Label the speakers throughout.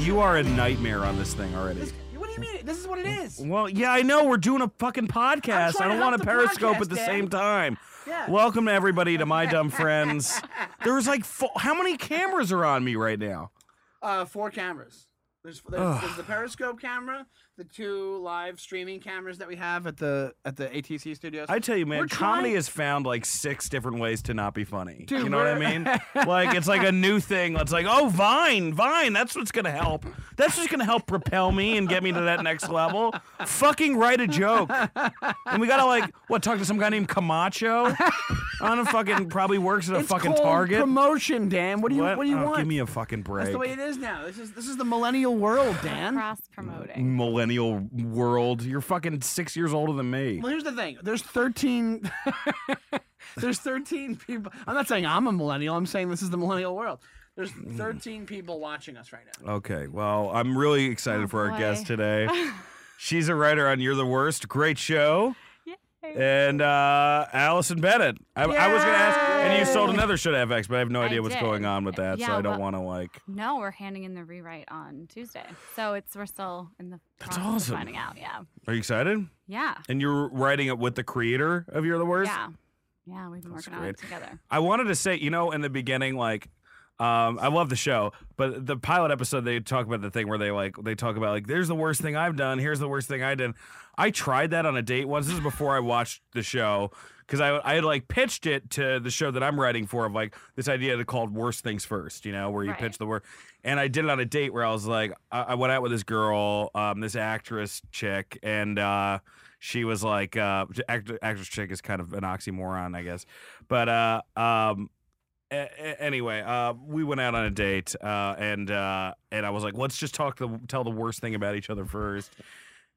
Speaker 1: you are a nightmare on this thing already.
Speaker 2: What do you mean? This is what it is.
Speaker 1: Well, yeah, I know. We're doing a fucking
Speaker 2: I'm trying
Speaker 1: podcast.
Speaker 2: to
Speaker 1: I don't
Speaker 2: help
Speaker 1: want to
Speaker 2: the
Speaker 1: Periscope
Speaker 2: podcast,
Speaker 1: at the
Speaker 2: Dad.
Speaker 1: same time.
Speaker 2: Yeah.
Speaker 1: Welcome to everybody to My Dumb Friends. There's like fo- how many cameras are on me right now?
Speaker 2: Uh, four cameras. There's, there's, there's the periscope camera, the two live streaming cameras that we have at the at the ATC studios.
Speaker 1: I tell you, man,
Speaker 2: We're
Speaker 1: comedy
Speaker 2: trying-
Speaker 1: has found like six different ways to not be funny.
Speaker 2: Dude,
Speaker 1: you know what I
Speaker 2: we're-
Speaker 1: mean? like it's like a new thing. It's like, oh, Vine, Vine. That's what's gonna help. That's what's gonna help propel me and get me to that next level. Fucking write a joke. And we gotta like what talk to some guy named Camacho. On a fucking probably works at a
Speaker 2: It's
Speaker 1: fucking
Speaker 2: called
Speaker 1: Target.
Speaker 2: promotion, Dan. What do you what, do you
Speaker 1: Oh,
Speaker 2: want?
Speaker 1: Give me a fucking break.
Speaker 2: That's the way it is now. This is this is the millennial world, Dan.
Speaker 3: Cross promoting.
Speaker 1: millennial world. You're fucking six years older than me.
Speaker 2: Well, here's the thing. There's 13. there's 13 people. I'm not saying I'm a millennial. I'm saying this is the millennial world. There's 13 people watching us right now.
Speaker 1: Okay, well, I'm really excited for our
Speaker 3: Oh, boy.
Speaker 1: guest today. She's a writer on You're the Worst. Great show. And uh, Allison Bennett. I, I was going to ask, and you sold another show to FX, but I have no
Speaker 3: I
Speaker 1: idea what's
Speaker 3: did.
Speaker 1: going on with that, so
Speaker 3: Yeah,
Speaker 1: I don't
Speaker 3: well-
Speaker 1: want to like.
Speaker 3: No, we're handing in the rewrite on Tuesday, so it's we're still in the process
Speaker 1: awesome.
Speaker 3: of finding out. Yeah,
Speaker 1: Are you excited?
Speaker 3: yeah,
Speaker 1: And you're writing it with the creator of You're the Worst?
Speaker 3: yeah, yeah. We've been working on
Speaker 1: great.
Speaker 3: it together.
Speaker 1: I wanted to say, you know, in the beginning, like, um, I love the show, but the pilot episode they talk about the thing where they like they talk about like, there's the worst thing I've done, here's the worst thing I did. I tried that on a date once. This is before I watched the show because I I had like pitched it to the show that I'm writing for of like this idea that called worst things first, you know, where you
Speaker 3: Right.
Speaker 1: pitch the worst. And I did it on a date where I was like, I, I went out with this girl, um, this actress chick, and. uh she was like uh act- actress chick is kind of an oxymoron i guess but uh um a- a- anyway uh we went out on a date uh and uh and i was like let's just talk the tell the worst thing about each other first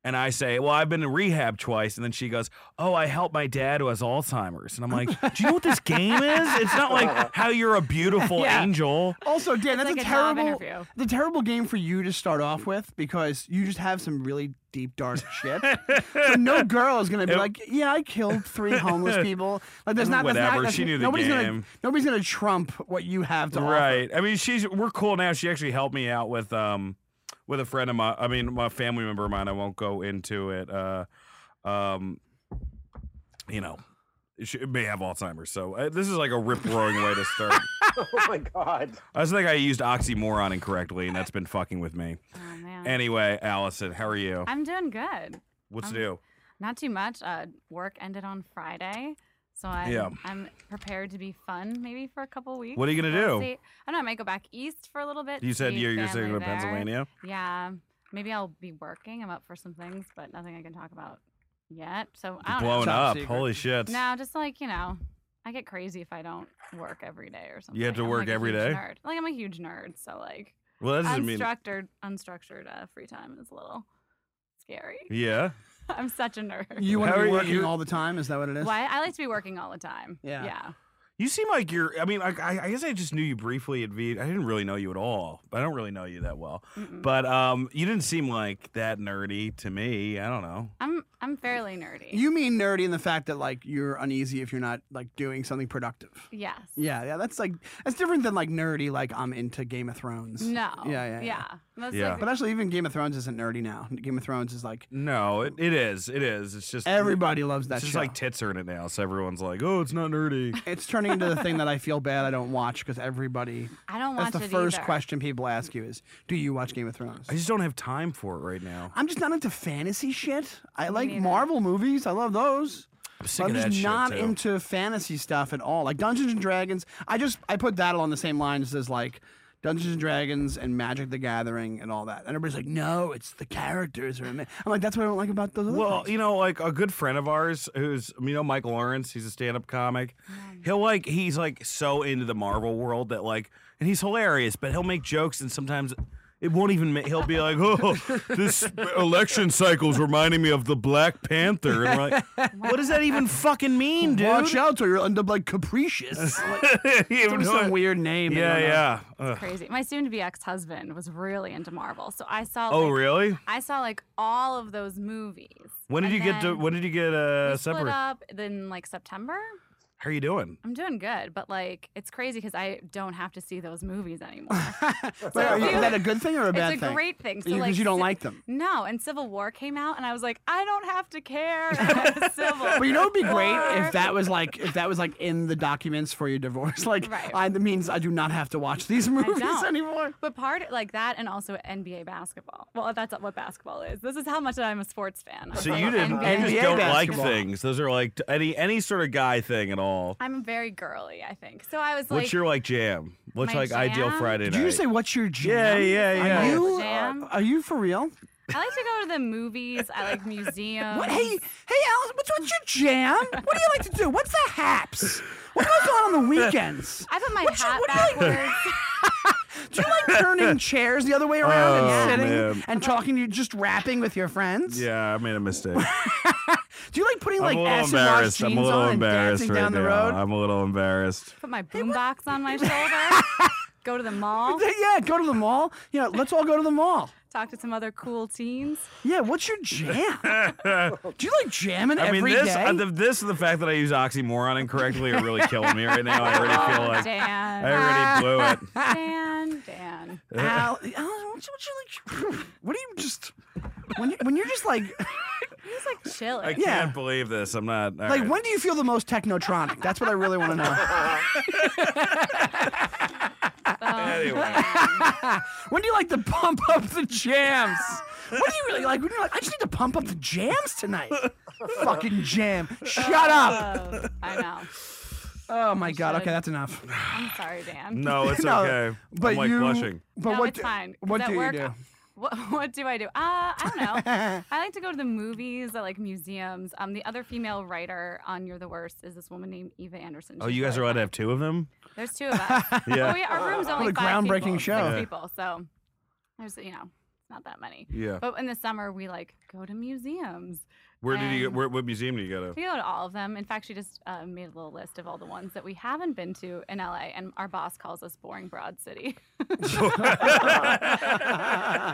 Speaker 1: and I say, "Well, I've been in rehab twice." And then she goes, "Oh, I helped my dad who has Alzheimer's." And I'm like, "Do you know what this game is? It's not like how you're a beautiful
Speaker 2: Yeah.
Speaker 1: angel."
Speaker 2: Also, Dan, that's
Speaker 3: like
Speaker 2: a
Speaker 3: a job
Speaker 2: terrible,
Speaker 3: interview.
Speaker 2: the terrible game for you to start off with because you just have some really deep, dark shit. so no girl is gonna be like, "Yeah, I killed three homeless people." Like, there's not.
Speaker 1: Whatever,
Speaker 2: That's not,
Speaker 1: she knew the
Speaker 2: that's, nobody's Gonna,
Speaker 1: game.
Speaker 2: nobody's gonna trump what you have to offer.
Speaker 1: Right. I mean, she's we're cool now. She actually helped me out with um with a friend of my I mean, my family member of mine. I won't go into it. Uh um you know, she may have Alzheimer's. So uh, this is like a rip roaring way to start.
Speaker 4: Oh my god.
Speaker 1: I just think I used oxymoron incorrectly and that's been fucking with me.
Speaker 3: Oh man,
Speaker 1: Anyway, Allison, how are you?
Speaker 3: I'm doing good.
Speaker 1: What's
Speaker 3: I'm-
Speaker 1: new?
Speaker 3: Not too much. Uh, work ended on Friday, so I'm,
Speaker 1: Yeah.
Speaker 3: I'm prepared to be fun maybe for a couple weeks.
Speaker 1: What are you gonna
Speaker 3: We'll
Speaker 1: do?
Speaker 3: see. I don't know. I might go back east for a little bit.
Speaker 1: You said
Speaker 3: see
Speaker 1: you're you're
Speaker 3: family
Speaker 1: saying to
Speaker 3: there.
Speaker 1: Pennsylvania?
Speaker 3: Yeah, maybe I'll be working. I'm up for some things, but nothing I can talk about yet. So I
Speaker 1: You're
Speaker 3: don't know.
Speaker 1: blowing
Speaker 2: Top
Speaker 1: up.
Speaker 2: secret.
Speaker 1: Holy shit.
Speaker 3: No, just like you know, I get crazy if I don't work every day or something.
Speaker 1: You have to
Speaker 3: I'm,
Speaker 1: work
Speaker 3: like, a
Speaker 1: every
Speaker 3: huge
Speaker 1: day?
Speaker 3: Nerd. Like I'm a huge nerd, so like
Speaker 1: Well, that doesn't mean
Speaker 3: unstructured, unstructured uh, free time is a little scary.
Speaker 1: Yeah.
Speaker 3: I'm such a nerd.
Speaker 2: You want
Speaker 1: How
Speaker 2: to
Speaker 1: are
Speaker 2: be
Speaker 1: you-
Speaker 2: working
Speaker 1: you-
Speaker 2: all the time? Is that what it is?
Speaker 3: Why? I like to be working all the time.
Speaker 2: Yeah.
Speaker 3: Yeah.
Speaker 1: You seem like you're. I mean, I, I I guess I just knew you briefly at V. I didn't really know you at all. I don't really know you that well.
Speaker 3: Mm-mm.
Speaker 1: But um, you didn't seem like that nerdy to me. I don't know.
Speaker 3: I'm I'm fairly nerdy.
Speaker 2: You mean nerdy in the fact that like you're uneasy if you're not like doing something productive.
Speaker 3: Yes.
Speaker 2: Yeah, yeah, that's like that's different than like nerdy. Like I'm into Game of Thrones.
Speaker 3: No.
Speaker 2: Yeah, yeah, yeah.
Speaker 3: That's
Speaker 1: Yeah.
Speaker 3: like-
Speaker 2: But actually, even Game of Thrones isn't nerdy now. Game of Thrones is like
Speaker 1: No, it, it is. It is. It's just
Speaker 2: everybody loves that
Speaker 1: It's just
Speaker 2: show.
Speaker 1: like tits are in it now, so everyone's like, "Oh, it's not nerdy."
Speaker 2: it's turning into the thing that I feel bad I don't watch because everybody.
Speaker 3: I don't watch
Speaker 2: That's the
Speaker 3: it
Speaker 2: first
Speaker 3: either.
Speaker 2: question people ask you is, "Do you watch Game of Thrones?"
Speaker 1: I just don't have time for it right now.
Speaker 2: I'm just not into fantasy shit. I like
Speaker 3: neither.
Speaker 2: Marvel movies. I love those.
Speaker 1: I'm sick
Speaker 2: But I'm
Speaker 1: of that
Speaker 2: just
Speaker 1: shit
Speaker 2: not
Speaker 1: too.
Speaker 2: into fantasy stuff at all. Like Dungeons and Dragons, I just I put that on the same lines as like Dungeons and Dragons and Magic the Gathering and all that. And everybody's like, no, it's the characters are amazing. I'm like, that's what I don't like about those. Other
Speaker 1: Well,
Speaker 2: things."
Speaker 1: you know, like a good friend of ours who's you know Mike Lawrence, he's a stand-up comic. He'll like he's like so into the Marvel world that like and he's hilarious, but he'll make jokes and sometimes it won't even make, he'll be like, "Oh, this election cycle's reminding me of the Black Panther." And we're like, "What does that even fucking mean, dude?"
Speaker 2: watch out, or you'll end up like capricious. like,
Speaker 1: You
Speaker 2: give
Speaker 1: know
Speaker 2: him some
Speaker 1: it.
Speaker 2: weird name. I
Speaker 1: yeah,
Speaker 2: don't know.
Speaker 1: yeah. Uh, Ugh.
Speaker 3: Crazy. My soon-to-be ex-husband was really into Marvel, so I saw.
Speaker 1: Oh,
Speaker 3: like,
Speaker 1: really?
Speaker 3: I saw like all of those movies.
Speaker 1: When did
Speaker 3: And
Speaker 1: you get to
Speaker 3: then
Speaker 1: when did you get uh
Speaker 3: we split
Speaker 1: separated?
Speaker 3: up in like September?
Speaker 1: How are you doing?
Speaker 3: I'm doing good, but like it's crazy because I don't have to see those movies anymore.
Speaker 2: Wait, are you- uh, is that a good thing or a bad
Speaker 3: it's a
Speaker 2: thing?
Speaker 3: great thing. So
Speaker 2: because
Speaker 3: like
Speaker 2: you don't
Speaker 3: Ci-
Speaker 2: like them.
Speaker 3: No, and Civil War came out, and I was like, I don't have to care. about Civil.
Speaker 2: But you know, it'd be great
Speaker 3: War.
Speaker 2: if that was like if that was like in the documents for your divorce. Like,
Speaker 3: Right.
Speaker 2: I, that means I do not have to watch these movies
Speaker 3: don't.
Speaker 2: anymore.
Speaker 3: But part like that, and also NBA basketball. Well, that's not what basketball is. This is how much I'm a sports fan. I'm
Speaker 1: So
Speaker 3: like,
Speaker 1: you didn't.
Speaker 3: NBA.
Speaker 1: You just
Speaker 2: NBA
Speaker 1: don't
Speaker 2: basketball.
Speaker 1: like things. Those are like t- any any sort of guy thing at all.
Speaker 3: I'm very girly, I think. So I was like,
Speaker 1: What's your like jam? What's
Speaker 3: my
Speaker 1: like ideal
Speaker 3: jam?
Speaker 1: Friday
Speaker 2: Did
Speaker 1: night?
Speaker 2: you just say what's your
Speaker 1: Yeah,
Speaker 2: jam?
Speaker 1: yeah, yeah.
Speaker 2: Are you uh,
Speaker 3: Jam?
Speaker 2: are, are you for real?
Speaker 3: I like to go to the movies. I like museums.
Speaker 2: What? Hey, hey, Alice, what's what's your jam? What do you like to do? What's the haps? What goes on on the weekends?
Speaker 3: I put my
Speaker 2: What's your-
Speaker 3: hat
Speaker 2: what do you like-
Speaker 3: backwards.
Speaker 2: Do you like turning chairs the other way around
Speaker 1: Oh,
Speaker 2: and sitting
Speaker 1: man.
Speaker 2: and talking to just rapping with your friends?
Speaker 1: yeah, I made a mistake.
Speaker 2: Do you like putting like
Speaker 1: I'm a little
Speaker 2: acid wash
Speaker 1: embarrassed.
Speaker 2: jeans
Speaker 1: I'm a little
Speaker 2: on and
Speaker 1: embarrassed
Speaker 2: dancing
Speaker 1: right
Speaker 2: down the
Speaker 1: now.
Speaker 2: road?
Speaker 1: I'm a little embarrassed.
Speaker 3: Put my boombox on my shoulder. go to the mall.
Speaker 2: yeah, go to the mall. You know, let's all go to the mall.
Speaker 3: Talk to some other cool teens.
Speaker 2: Yeah, what's your jam? Do you like jamming
Speaker 1: I mean,
Speaker 2: every
Speaker 1: this,
Speaker 2: day?
Speaker 1: uh, the, this, and the fact that I use oxymoron incorrectly are really killing me right now. I already feel
Speaker 3: Oh,
Speaker 1: like
Speaker 3: Dan.
Speaker 1: I already blew it.
Speaker 3: Dan. Dan.
Speaker 2: Al, Al, what you like? What do you just when you when you're just like
Speaker 3: He's like chilling.
Speaker 1: I
Speaker 2: Yeah.
Speaker 1: can't believe this. I'm not. all
Speaker 2: like
Speaker 1: right.
Speaker 2: when do you feel the most technotronic? That's what I really want to know. When do you like to pump up the jams? What do you really like? When you're like, I just need to pump up the jams tonight. Fucking jam. Shut up.
Speaker 3: Oh, I know.
Speaker 2: Oh my god.
Speaker 3: should.
Speaker 2: Okay, that's enough.
Speaker 3: I'm sorry, Dan.
Speaker 1: No, it's
Speaker 2: No,
Speaker 1: okay.
Speaker 2: But
Speaker 1: I'm like
Speaker 2: you,
Speaker 1: blushing.
Speaker 2: But
Speaker 3: no,
Speaker 2: what?
Speaker 3: it's
Speaker 2: do-
Speaker 3: fine. 'cause
Speaker 2: What
Speaker 3: at
Speaker 2: do
Speaker 3: work,
Speaker 2: you do?
Speaker 3: What, what do I do? Uh, I don't know. I like to go to the movies. I like museums. Um, the other female writer on You're the Worst is this woman named Eva Anderson.
Speaker 1: Oh,
Speaker 3: She's
Speaker 1: you guys are
Speaker 3: really
Speaker 1: allowed to have two of them?
Speaker 3: fun. There's two of us.
Speaker 1: Yeah.
Speaker 3: Oh, yeah. Our room's only
Speaker 2: a
Speaker 3: five
Speaker 2: groundbreaking
Speaker 3: people,
Speaker 2: show.
Speaker 3: Six
Speaker 1: Yeah.
Speaker 3: people. So there's you know not that many.
Speaker 1: Yeah.
Speaker 2: Oh,
Speaker 3: But in the summer we like go to museums.
Speaker 1: Where did you?
Speaker 3: and-
Speaker 1: Where, what museum did you go to?
Speaker 3: We go to all of them. In fact, she just uh, made a little list of all the ones that we haven't been to in LA, and our boss calls us boring broad city.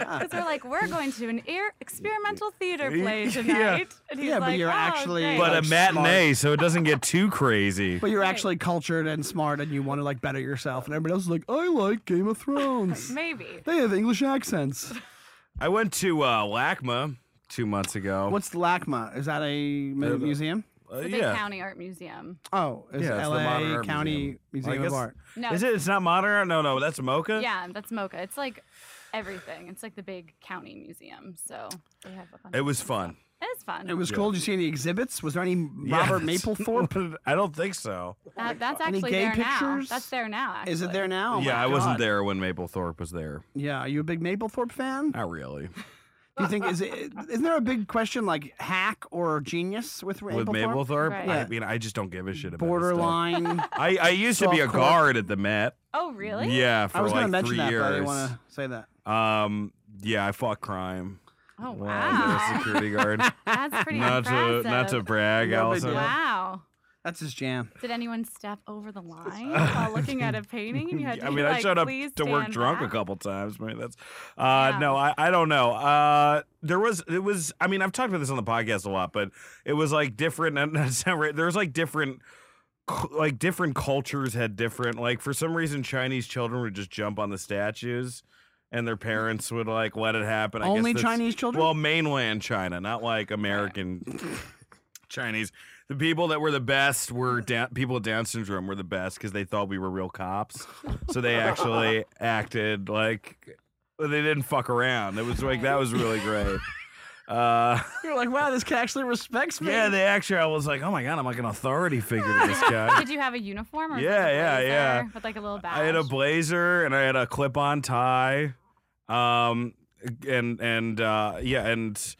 Speaker 3: Because we're like, we're going to an ear- experimental theater play
Speaker 1: Ah. Yeah.
Speaker 3: tonight. And he's
Speaker 2: Yeah, but
Speaker 3: like,
Speaker 2: you're
Speaker 3: "Oh,
Speaker 2: actually-
Speaker 3: thanks."
Speaker 1: But
Speaker 2: Like
Speaker 1: a
Speaker 2: smart.
Speaker 1: matinee, so it doesn't get too crazy.
Speaker 2: But you're
Speaker 3: Right.
Speaker 2: actually cultured and smart, and you want to like better yourself. And everybody else is like, I like Game of
Speaker 1: uh,
Speaker 2: Thrones.
Speaker 3: maybe.
Speaker 2: they have English accents.
Speaker 1: I went to uh, LACMA two months ago.
Speaker 2: What's LACMA? Is that a mu-
Speaker 1: Uh, the-
Speaker 2: museum?
Speaker 1: Uh,
Speaker 3: The big
Speaker 1: yeah.
Speaker 3: county art museum.
Speaker 2: Oh, it's
Speaker 1: Yeah, it's the
Speaker 2: LA
Speaker 1: Modern Art
Speaker 2: County
Speaker 1: Museum.
Speaker 2: Museum,
Speaker 1: I guess-
Speaker 2: of Art.
Speaker 3: No,
Speaker 1: Is it? It's not modern. Art? No, no, that's Mocha.
Speaker 3: yeah, that's Mocha. It's like everything. It's like the big county museum. So they have a bunch
Speaker 1: It
Speaker 3: of
Speaker 1: was fun.
Speaker 3: different stuff. It was fun.
Speaker 2: It was cool. Did you see any exhibits? Was there any
Speaker 1: Yeah,
Speaker 2: Robert
Speaker 1: that's-
Speaker 2: Mapplethorpe?
Speaker 1: I don't think so.
Speaker 3: Uh, that's
Speaker 2: Any
Speaker 3: actually
Speaker 2: gay
Speaker 3: there now.
Speaker 2: pictures?
Speaker 3: That's there now. Actually.
Speaker 2: Is it there now? Oh my
Speaker 1: yeah, I wasn't
Speaker 2: God.
Speaker 1: there when Maplethorpe was there.
Speaker 2: Yeah, are you a big Mapplethorpe fan?
Speaker 1: Not really.
Speaker 2: Do you think is it? Isn't there a big question like hack or genius with Mapplethorpe?
Speaker 1: With Maplethorpe,
Speaker 3: Right.
Speaker 1: I
Speaker 2: Yeah.
Speaker 1: mean, I just don't give a shit about his stuff.
Speaker 2: Borderline.
Speaker 1: I, I used to be a
Speaker 2: Softcore.
Speaker 1: guard at the Met.
Speaker 3: Oh, really?
Speaker 1: Yeah, for
Speaker 2: I was
Speaker 1: like
Speaker 2: going to mention
Speaker 1: three
Speaker 2: that,
Speaker 1: years.
Speaker 2: but I didn't want to say that.
Speaker 1: Um, yeah, I fought crime.
Speaker 3: Oh,
Speaker 1: when I was a
Speaker 3: wow.
Speaker 1: security guard.
Speaker 3: that's pretty
Speaker 1: not
Speaker 3: impressive.
Speaker 1: to not to brag,
Speaker 2: No big
Speaker 1: Allison.
Speaker 2: deal.
Speaker 3: Wow.
Speaker 2: That's his jam.
Speaker 3: Did anyone step over the line while looking at a painting? And you had to
Speaker 1: I mean,
Speaker 3: like,
Speaker 1: I showed up
Speaker 3: "Please
Speaker 1: to work
Speaker 3: stand
Speaker 1: drunk
Speaker 3: back."
Speaker 1: a couple times. Maybe that's. Uh,
Speaker 3: Yeah.
Speaker 1: No, I, I don't know. Uh, there was it was. I mean, I've talked about this on the podcast a lot, but it was like different. And that's not right. There was like different. cu- Like different cultures had different. Like for some reason, Chinese children would just jump on the statues, and their parents would like let it happen. I guess
Speaker 2: Only
Speaker 1: that's-
Speaker 2: Chinese children?
Speaker 1: Well, mainland China, not like American Chinese. The people that were the best were down, people with Down syndrome were the best because they thought we were real cops. So they actually acted like they didn't fuck around. It was like that was really great. Uh,
Speaker 2: You're like, wow, this kid actually respects me.
Speaker 1: yeah, they actually. I was like, oh my god, I'm like an authority figure to this guy.
Speaker 3: Did you have a uniform? Or was it
Speaker 1: Yeah,
Speaker 3: like a
Speaker 1: yeah, yeah.
Speaker 3: blazer With like a little badge.
Speaker 1: I had a blazer and I had a clip-on tie, um, and and uh, yeah, and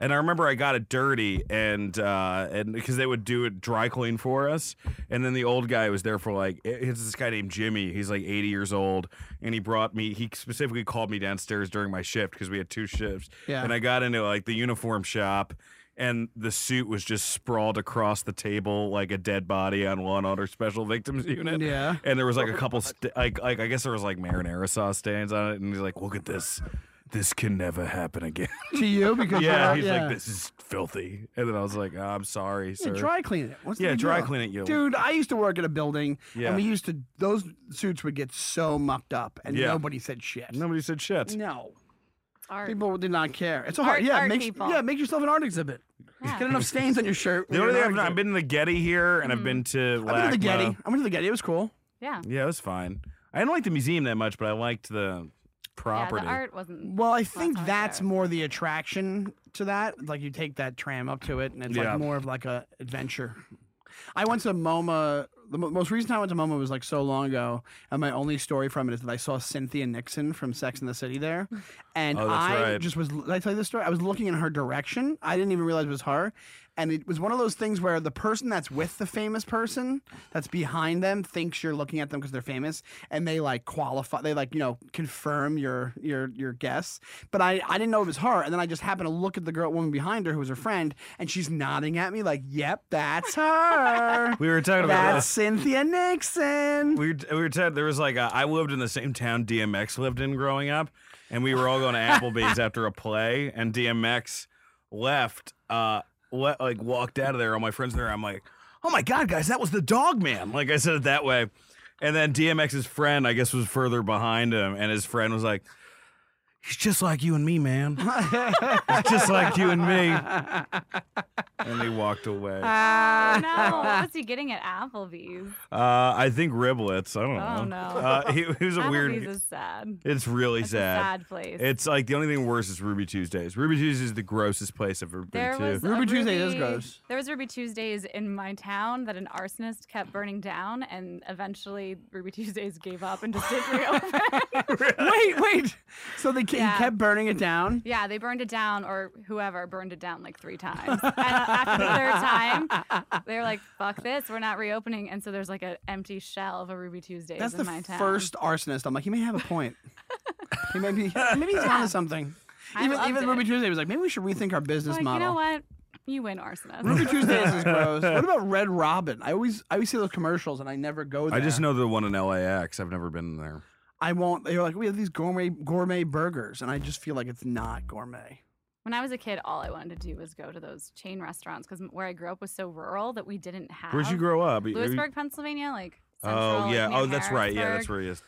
Speaker 1: and I remember I got it dirty and uh, and because they would do it dry clean for us, and then the old guy was there for like it- it's this guy named Jimmy. He's like 80 years old, and he brought me. He specifically called me downstairs during my shift because we had two shifts,
Speaker 2: Yeah.
Speaker 1: and I got into like the uniform shop. And the suit was just sprawled across the table like a dead body on Law and Order Special Victims Unit
Speaker 2: Yeah. Oh
Speaker 1: and there was like a couple st- like like I guess there was like marinara sauce stains on it, and he's like, "Look at this." this can never happen again.
Speaker 2: to you because you're
Speaker 1: yeah,
Speaker 2: not-
Speaker 1: he's
Speaker 2: yeah.
Speaker 1: like, this is filthy. And then I was like, "Oh, I'm sorry,
Speaker 2: Yeah,
Speaker 1: sir.
Speaker 2: dry clean it. What's the
Speaker 1: Yeah,
Speaker 2: big
Speaker 1: dry
Speaker 2: deal?
Speaker 1: clean it, you.
Speaker 2: Dude, I used to work at a building,
Speaker 1: Yeah.
Speaker 2: and we used to those suits would get so mucked up, and
Speaker 1: Yeah.
Speaker 2: nobody said shit.
Speaker 1: Nobody said shit.
Speaker 2: No,
Speaker 3: Art.
Speaker 2: people did not care. It's a
Speaker 3: Art-
Speaker 2: hard, yeah,
Speaker 3: art
Speaker 2: make,
Speaker 3: people.
Speaker 2: yeah, make yourself an art exhibit.
Speaker 3: Yeah.
Speaker 2: Get enough stains on your shirt.
Speaker 1: The
Speaker 2: when
Speaker 1: only
Speaker 2: you're
Speaker 1: thing I've
Speaker 2: an art
Speaker 1: not, I've been
Speaker 2: exhibit.
Speaker 1: to the Getty here, and I've
Speaker 3: Mhm.
Speaker 1: been to.
Speaker 2: I went to the
Speaker 1: LACMA.
Speaker 2: Getty. I went to the Getty. It was cool.
Speaker 3: yeah.
Speaker 1: Yeah, it was fine. I didn't like the museum that much, but I liked the property.
Speaker 3: Yeah, the art wasn't. oh,
Speaker 2: Well, I
Speaker 3: that's
Speaker 2: think
Speaker 3: hard
Speaker 2: that's
Speaker 3: there.
Speaker 2: more the attraction to that. Like you take that tram up to it, and it's
Speaker 1: Yeah.
Speaker 2: like more of like a adventure. I went to MoMA. The mo- most recent time I went to MoMA was like so long ago, and my only story from it is that I saw Cynthia Nixon from Sex and the City there, and
Speaker 1: Oh, that's
Speaker 2: I
Speaker 1: right.
Speaker 2: just was. Did I tell you this story? I was looking in her direction. I didn't even realize it was her, and it was one of those things where the person that's with the famous person that's behind them thinks you're looking at them because they're famous, and they like qualify. They like you know confirm your your your guess. But I I didn't know it was her, and then I just happened to look at the girl woman behind her who was her friend, and she's nodding at me like, "Yep, that's her."
Speaker 1: we were talking about
Speaker 2: That's
Speaker 1: this.
Speaker 2: Cynthia Nixon.
Speaker 1: We were, we were t- there was like a, I lived in the same town DMX lived in growing up, and we were all going to Applebee's after a play, and DMX left, uh, le- like walked out of there. All my friends there, I'm like, oh my god, guys, that was the dog man. Like I said it that way, and then DMX's friend, I guess, was further behind him, and his friend was like, he's just like you and me, man. he's just like you and me. And they walked away. Uh,
Speaker 3: Oh, no, what was he getting at Applebee's?
Speaker 1: Uh, I think riblets. I don't know.
Speaker 3: Oh, no.
Speaker 1: Uh, he, he was a
Speaker 3: Applebee's
Speaker 1: weird.
Speaker 3: is sad.
Speaker 1: It's really
Speaker 3: It's
Speaker 1: sad.
Speaker 3: a sad place.
Speaker 1: It's like the only thing worse is Ruby Tuesdays. Ruby Tuesdays is the grossest place I've ever
Speaker 3: there
Speaker 1: been to.
Speaker 3: was a
Speaker 2: Ruby Tuesday is
Speaker 3: Ruby-
Speaker 2: gross.
Speaker 3: There was Ruby Tuesdays in my town that an arsonist kept burning down, and eventually Ruby Tuesdays gave up and just didn't reopen.
Speaker 2: wait, wait. So they ke- he
Speaker 3: Yeah.
Speaker 2: kept burning it down.
Speaker 3: Yeah, they burned it down, or whoever burned it down like three times. and after the third time, they were like, "Fuck this, we're not reopening." And so there's like an empty shell of a Ruby Tuesdays
Speaker 2: That's
Speaker 3: in
Speaker 2: the
Speaker 3: my town.
Speaker 2: first arsonist. I'm like, he may have a point. he may be, maybe he's onto something.
Speaker 3: I
Speaker 2: Even,
Speaker 3: loved
Speaker 2: even
Speaker 3: it.
Speaker 2: Ruby Tuesday was like, maybe we should rethink our business
Speaker 3: Like, you
Speaker 2: model.
Speaker 3: know what? You win, arsonist.
Speaker 2: Ruby Tuesdays is gross. What about Red Robin? I always I always see those commercials and I never go there.
Speaker 1: I just know the one in LAX. I've never been there.
Speaker 2: I won't. They're like, we have these gourmet gourmet burgers, and I just feel like it's not gourmet.
Speaker 3: when I was a kid, all I wanted to do was go to those chain restaurants because where I grew up was so rural that we didn't have.
Speaker 1: Where'd you grow up? Are you-
Speaker 3: Lewisburg, Pennsylvania, like. Central,
Speaker 1: Oh
Speaker 3: like,
Speaker 1: yeah.
Speaker 3: near
Speaker 1: Oh, that's right. Yeah,
Speaker 3: Harrisburg.
Speaker 1: that's where he is.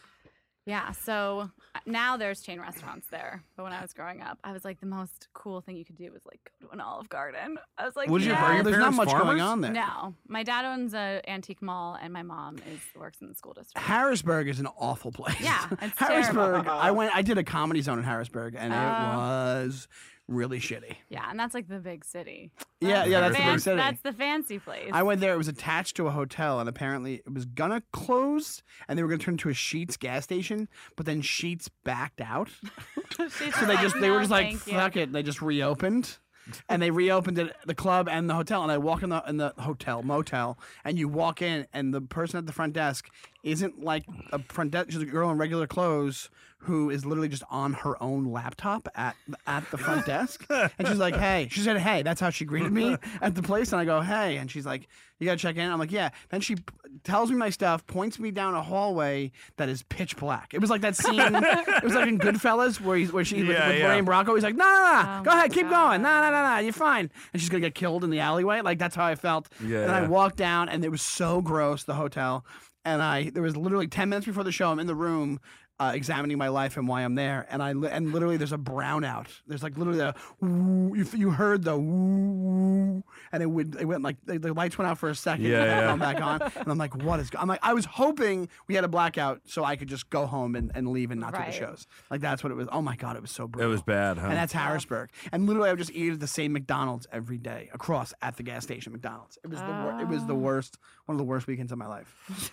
Speaker 3: Yeah, so uh, now there's chain restaurants there. But when I was growing up, I was like the most cool thing you could do was like go to an Olive Garden. I was like,
Speaker 1: What'd you-
Speaker 3: yes.
Speaker 1: are your
Speaker 2: There's not
Speaker 1: parents
Speaker 2: much going
Speaker 1: farmers?
Speaker 2: on there.
Speaker 3: No, my dad owns a antique mall, and my mom is works in the school district.
Speaker 2: Harrisburg is an awful place.
Speaker 3: Yeah, it's
Speaker 2: Harrisburg.
Speaker 3: terrible.
Speaker 2: I went. I did a comedy zone in Harrisburg, and it
Speaker 3: Oh.
Speaker 2: was really shitty.
Speaker 3: Yeah, and that's like the big city.
Speaker 2: Yeah, yeah, that's the big
Speaker 3: fan-
Speaker 2: city.
Speaker 3: That's the fancy place.
Speaker 2: I went there. It was attached to a hotel, and apparently it was gonna close, and they were gonna turn it to a Sheets gas station. But then Sheets backed out, so they just they were just like fuck it. They just reopened, and they reopened it, the club and the hotel. And I walk in the in the hotel motel, and you walk in, and the person at the front desk isn't like a front desk. She's a girl in regular clothes who is literally just on her own laptop at at the front desk, and she's like, "Hey," she said, "Hey." That's how she greeted me at the place, and I go, "Hey," and she's like, "You gotta check in." I'm like, "Yeah." Then she p- tells me my stuff, points me down a hallway that is pitch black. It was like that scene. it was like in Goodfellas where he's where she with,
Speaker 1: Yeah,
Speaker 2: with
Speaker 1: yeah.
Speaker 2: Brian Bracco. He's like, "No, no, no,
Speaker 3: Oh
Speaker 2: go
Speaker 3: my
Speaker 2: ahead, keep going. No,
Speaker 3: God.
Speaker 2: no, no, no, you're fine." And she's gonna get killed in the alleyway. Like that's how I felt.
Speaker 1: Yeah,
Speaker 2: And I
Speaker 1: yeah.
Speaker 2: walked down, and it was so gross. The hotel, and I there was literally ten minutes before the show. I'm in the room. Uh, examining my life and why I'm there, and I li- and literally there's a brownout. There's like literally a woo, you, f- you heard the woo, woo, and it would it went like the, the lights went out for a second,
Speaker 1: Yeah,
Speaker 2: and then
Speaker 1: yeah.
Speaker 2: come back on, and I'm like, what is? go-" I'm like, I was hoping we had a blackout so I could just go home and, and leave and not do the
Speaker 3: Right.
Speaker 2: shows. Like that's what it was. Oh my god, it was so
Speaker 1: It
Speaker 2: brutal.
Speaker 1: was bad, huh?
Speaker 2: And that's Harrisburg. And literally, I would just eat at the same McDonald's every day across at the gas station McDonald's. It was the wor- it was the worst, one of the worst weekends of my life.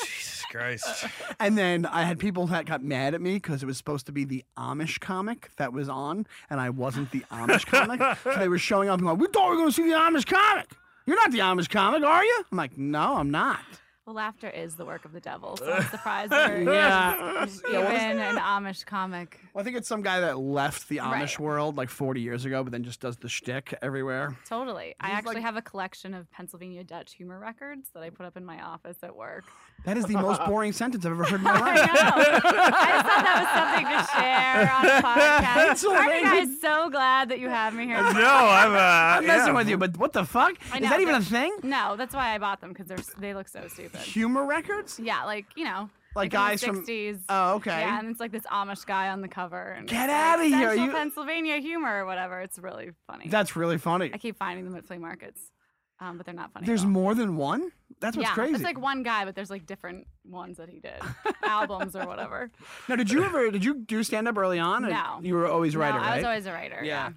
Speaker 1: Jesus Christ.
Speaker 2: And then I had people that got mad at me because it was supposed to be the Amish comic that was on, and I wasn't the Amish comic. so they were showing up and going, "We thought we were going to see the Amish comic. You're not the Amish comic, are you?" I'm like, "No, I'm not."
Speaker 3: Well, laughter is the work of the devil. So I'm surprised there
Speaker 2: Yeah.
Speaker 3: is even an Amish comic.
Speaker 2: Well, I think it's some guy that left the
Speaker 3: Right.
Speaker 2: Amish world like 40 years ago, but then just does the shtick everywhere.
Speaker 3: Totally. I
Speaker 2: He's
Speaker 3: actually
Speaker 2: like-
Speaker 3: have a collection of Pennsylvania Dutch humor records that I put up in my office at work.
Speaker 2: That is the most boring sentence I've ever heard in my
Speaker 3: I
Speaker 2: life.
Speaker 3: know. I just thought that was something to share on a podcast. Aren't you
Speaker 2: Pennsylvania-
Speaker 3: guys so glad that you have me
Speaker 1: No,
Speaker 3: here?
Speaker 1: I'm. Uh,
Speaker 2: I'm messing with you, but what the fuck?
Speaker 3: I
Speaker 2: is
Speaker 3: know,
Speaker 2: that even
Speaker 3: but-
Speaker 2: a thing?
Speaker 3: No, that's why I bought them because they're s- they look so stupid.
Speaker 2: Humor records?
Speaker 3: Yeah, like you know,
Speaker 2: Like
Speaker 3: in the
Speaker 2: guys from-
Speaker 3: 60s.
Speaker 2: Oh, okay.
Speaker 3: Yeah, and it's like this Amish guy on the cover. And
Speaker 2: Get
Speaker 3: it's like,
Speaker 2: outta here,
Speaker 3: "Central
Speaker 2: you-
Speaker 3: Pennsylvania humor or whatever. It's really funny.
Speaker 2: That's really funny.
Speaker 3: I keep finding them at flea markets, um, but they're not funny. at
Speaker 2: There's
Speaker 3: all.
Speaker 2: more than one? That's what's
Speaker 3: yeah,
Speaker 2: crazy.
Speaker 3: it's like one guy, but there's like different ones that he did, albums or whatever.
Speaker 2: now, did you ever did you do stand up early on? or
Speaker 3: No.
Speaker 2: You were always
Speaker 3: No,
Speaker 2: writer, right?
Speaker 3: I was always a writer.
Speaker 2: Yeah.
Speaker 3: Yeah,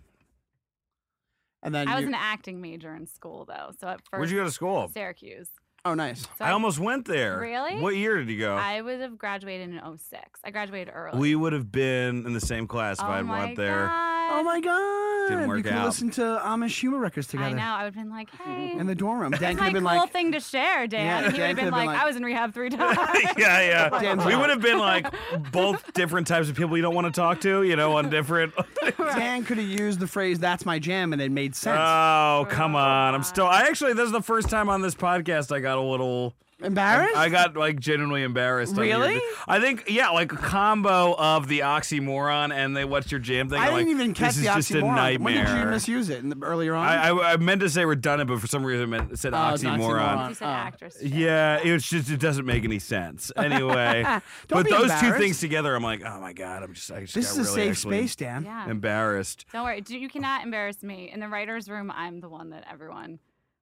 Speaker 2: and then
Speaker 3: I was
Speaker 2: you-
Speaker 3: an acting major in school though, so at first
Speaker 1: Where'd you go to school?
Speaker 3: Syracuse.
Speaker 2: Oh, nice.
Speaker 3: So
Speaker 1: I almost went there.
Speaker 3: Really?
Speaker 1: What year did you go?
Speaker 3: I would have graduated in 06. I graduated early.
Speaker 1: we would have been in the same class if
Speaker 3: oh
Speaker 1: I had
Speaker 3: my
Speaker 1: went there.
Speaker 3: God.
Speaker 2: Oh my god.
Speaker 1: Didn't
Speaker 2: you
Speaker 1: work
Speaker 2: could
Speaker 1: out.
Speaker 2: listen to Amish humor records together.
Speaker 3: I know. I would have been like, hey,
Speaker 2: In the dorm room. Dan
Speaker 3: That's
Speaker 2: could
Speaker 3: my
Speaker 2: have
Speaker 3: cool
Speaker 2: been like
Speaker 3: thing to share, Dan.
Speaker 2: Yeah,
Speaker 3: and
Speaker 2: Dan
Speaker 3: he would have
Speaker 2: could've
Speaker 3: been,
Speaker 2: been
Speaker 3: like,
Speaker 2: like-
Speaker 3: I was in rehab three times.
Speaker 1: yeah, yeah.
Speaker 2: Dan's
Speaker 1: We
Speaker 2: out.
Speaker 1: would have been like both different types of people you don't want to talk to, you know, on different.
Speaker 2: Dan could have used the phrase "That's my jam" and it made sense.
Speaker 1: oh, come
Speaker 3: Oh,
Speaker 1: on. I'm
Speaker 3: my.
Speaker 1: still. I actually, this is the first time on this podcast I got a little.
Speaker 2: Embarrassed?
Speaker 1: I got like genuinely embarrassed. on here.
Speaker 2: Really?
Speaker 1: I think yeah, like a combo of the oxymoron and the what's your jam thing.
Speaker 2: I
Speaker 1: I'm like,
Speaker 2: didn't even catch
Speaker 1: this is
Speaker 2: the
Speaker 1: just a
Speaker 2: oxymoron.
Speaker 1: nightmare.
Speaker 2: When did you misuse it? In the, earlier on.
Speaker 1: I, I I meant to say redundant, but for some reason I meant, said
Speaker 2: Oh, it's an
Speaker 1: oxymoron.
Speaker 2: oxymoron.
Speaker 3: you said
Speaker 2: Oh.
Speaker 3: actress. shit.
Speaker 1: Yeah, it's just it doesn't make any sense. Anyway, but
Speaker 2: be
Speaker 1: those two
Speaker 2: embarrassed.
Speaker 1: things together, I'm like, oh my god, I'm just I just
Speaker 2: this
Speaker 1: got
Speaker 2: is a
Speaker 1: really
Speaker 2: safe
Speaker 1: actually
Speaker 2: space, Dan.
Speaker 3: Yeah.
Speaker 1: Embarrassed.
Speaker 3: Don't worry. Do- You cannot embarrass me. In the writer's room, I'm the one that everyone.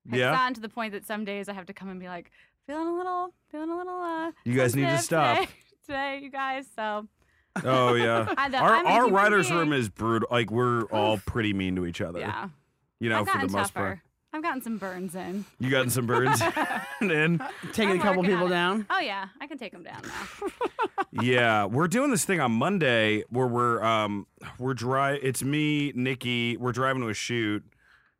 Speaker 3: It's
Speaker 1: Yeah?
Speaker 3: gotten to the point that some days I have to come and be like, feeling a little, feeling a little. Uh,
Speaker 1: You guys need to
Speaker 3: sensitive
Speaker 1: stop.
Speaker 3: Today, today, you guys. So
Speaker 1: Oh yeah,
Speaker 3: I, the,
Speaker 1: our
Speaker 3: I'm a
Speaker 1: our
Speaker 3: human
Speaker 1: writers'
Speaker 3: being.
Speaker 1: room is brutal. Like we're all pretty mean to each other.
Speaker 3: Yeah.
Speaker 1: you know,
Speaker 3: I've
Speaker 1: for the
Speaker 3: gotten
Speaker 1: most
Speaker 3: tougher.
Speaker 1: part.
Speaker 3: I've gotten some burns in.
Speaker 1: You gotten some birds, and then
Speaker 2: Taking
Speaker 3: I'm
Speaker 2: a couple
Speaker 3: working on
Speaker 2: people
Speaker 3: it.
Speaker 2: down.
Speaker 3: Oh yeah, I can take them down now.
Speaker 1: yeah, we're doing this thing on Monday where we're um we're dry. It's me, Nikki. We're driving to a shoot.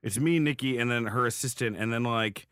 Speaker 1: It's me, Nikki, and then her assistant, and then like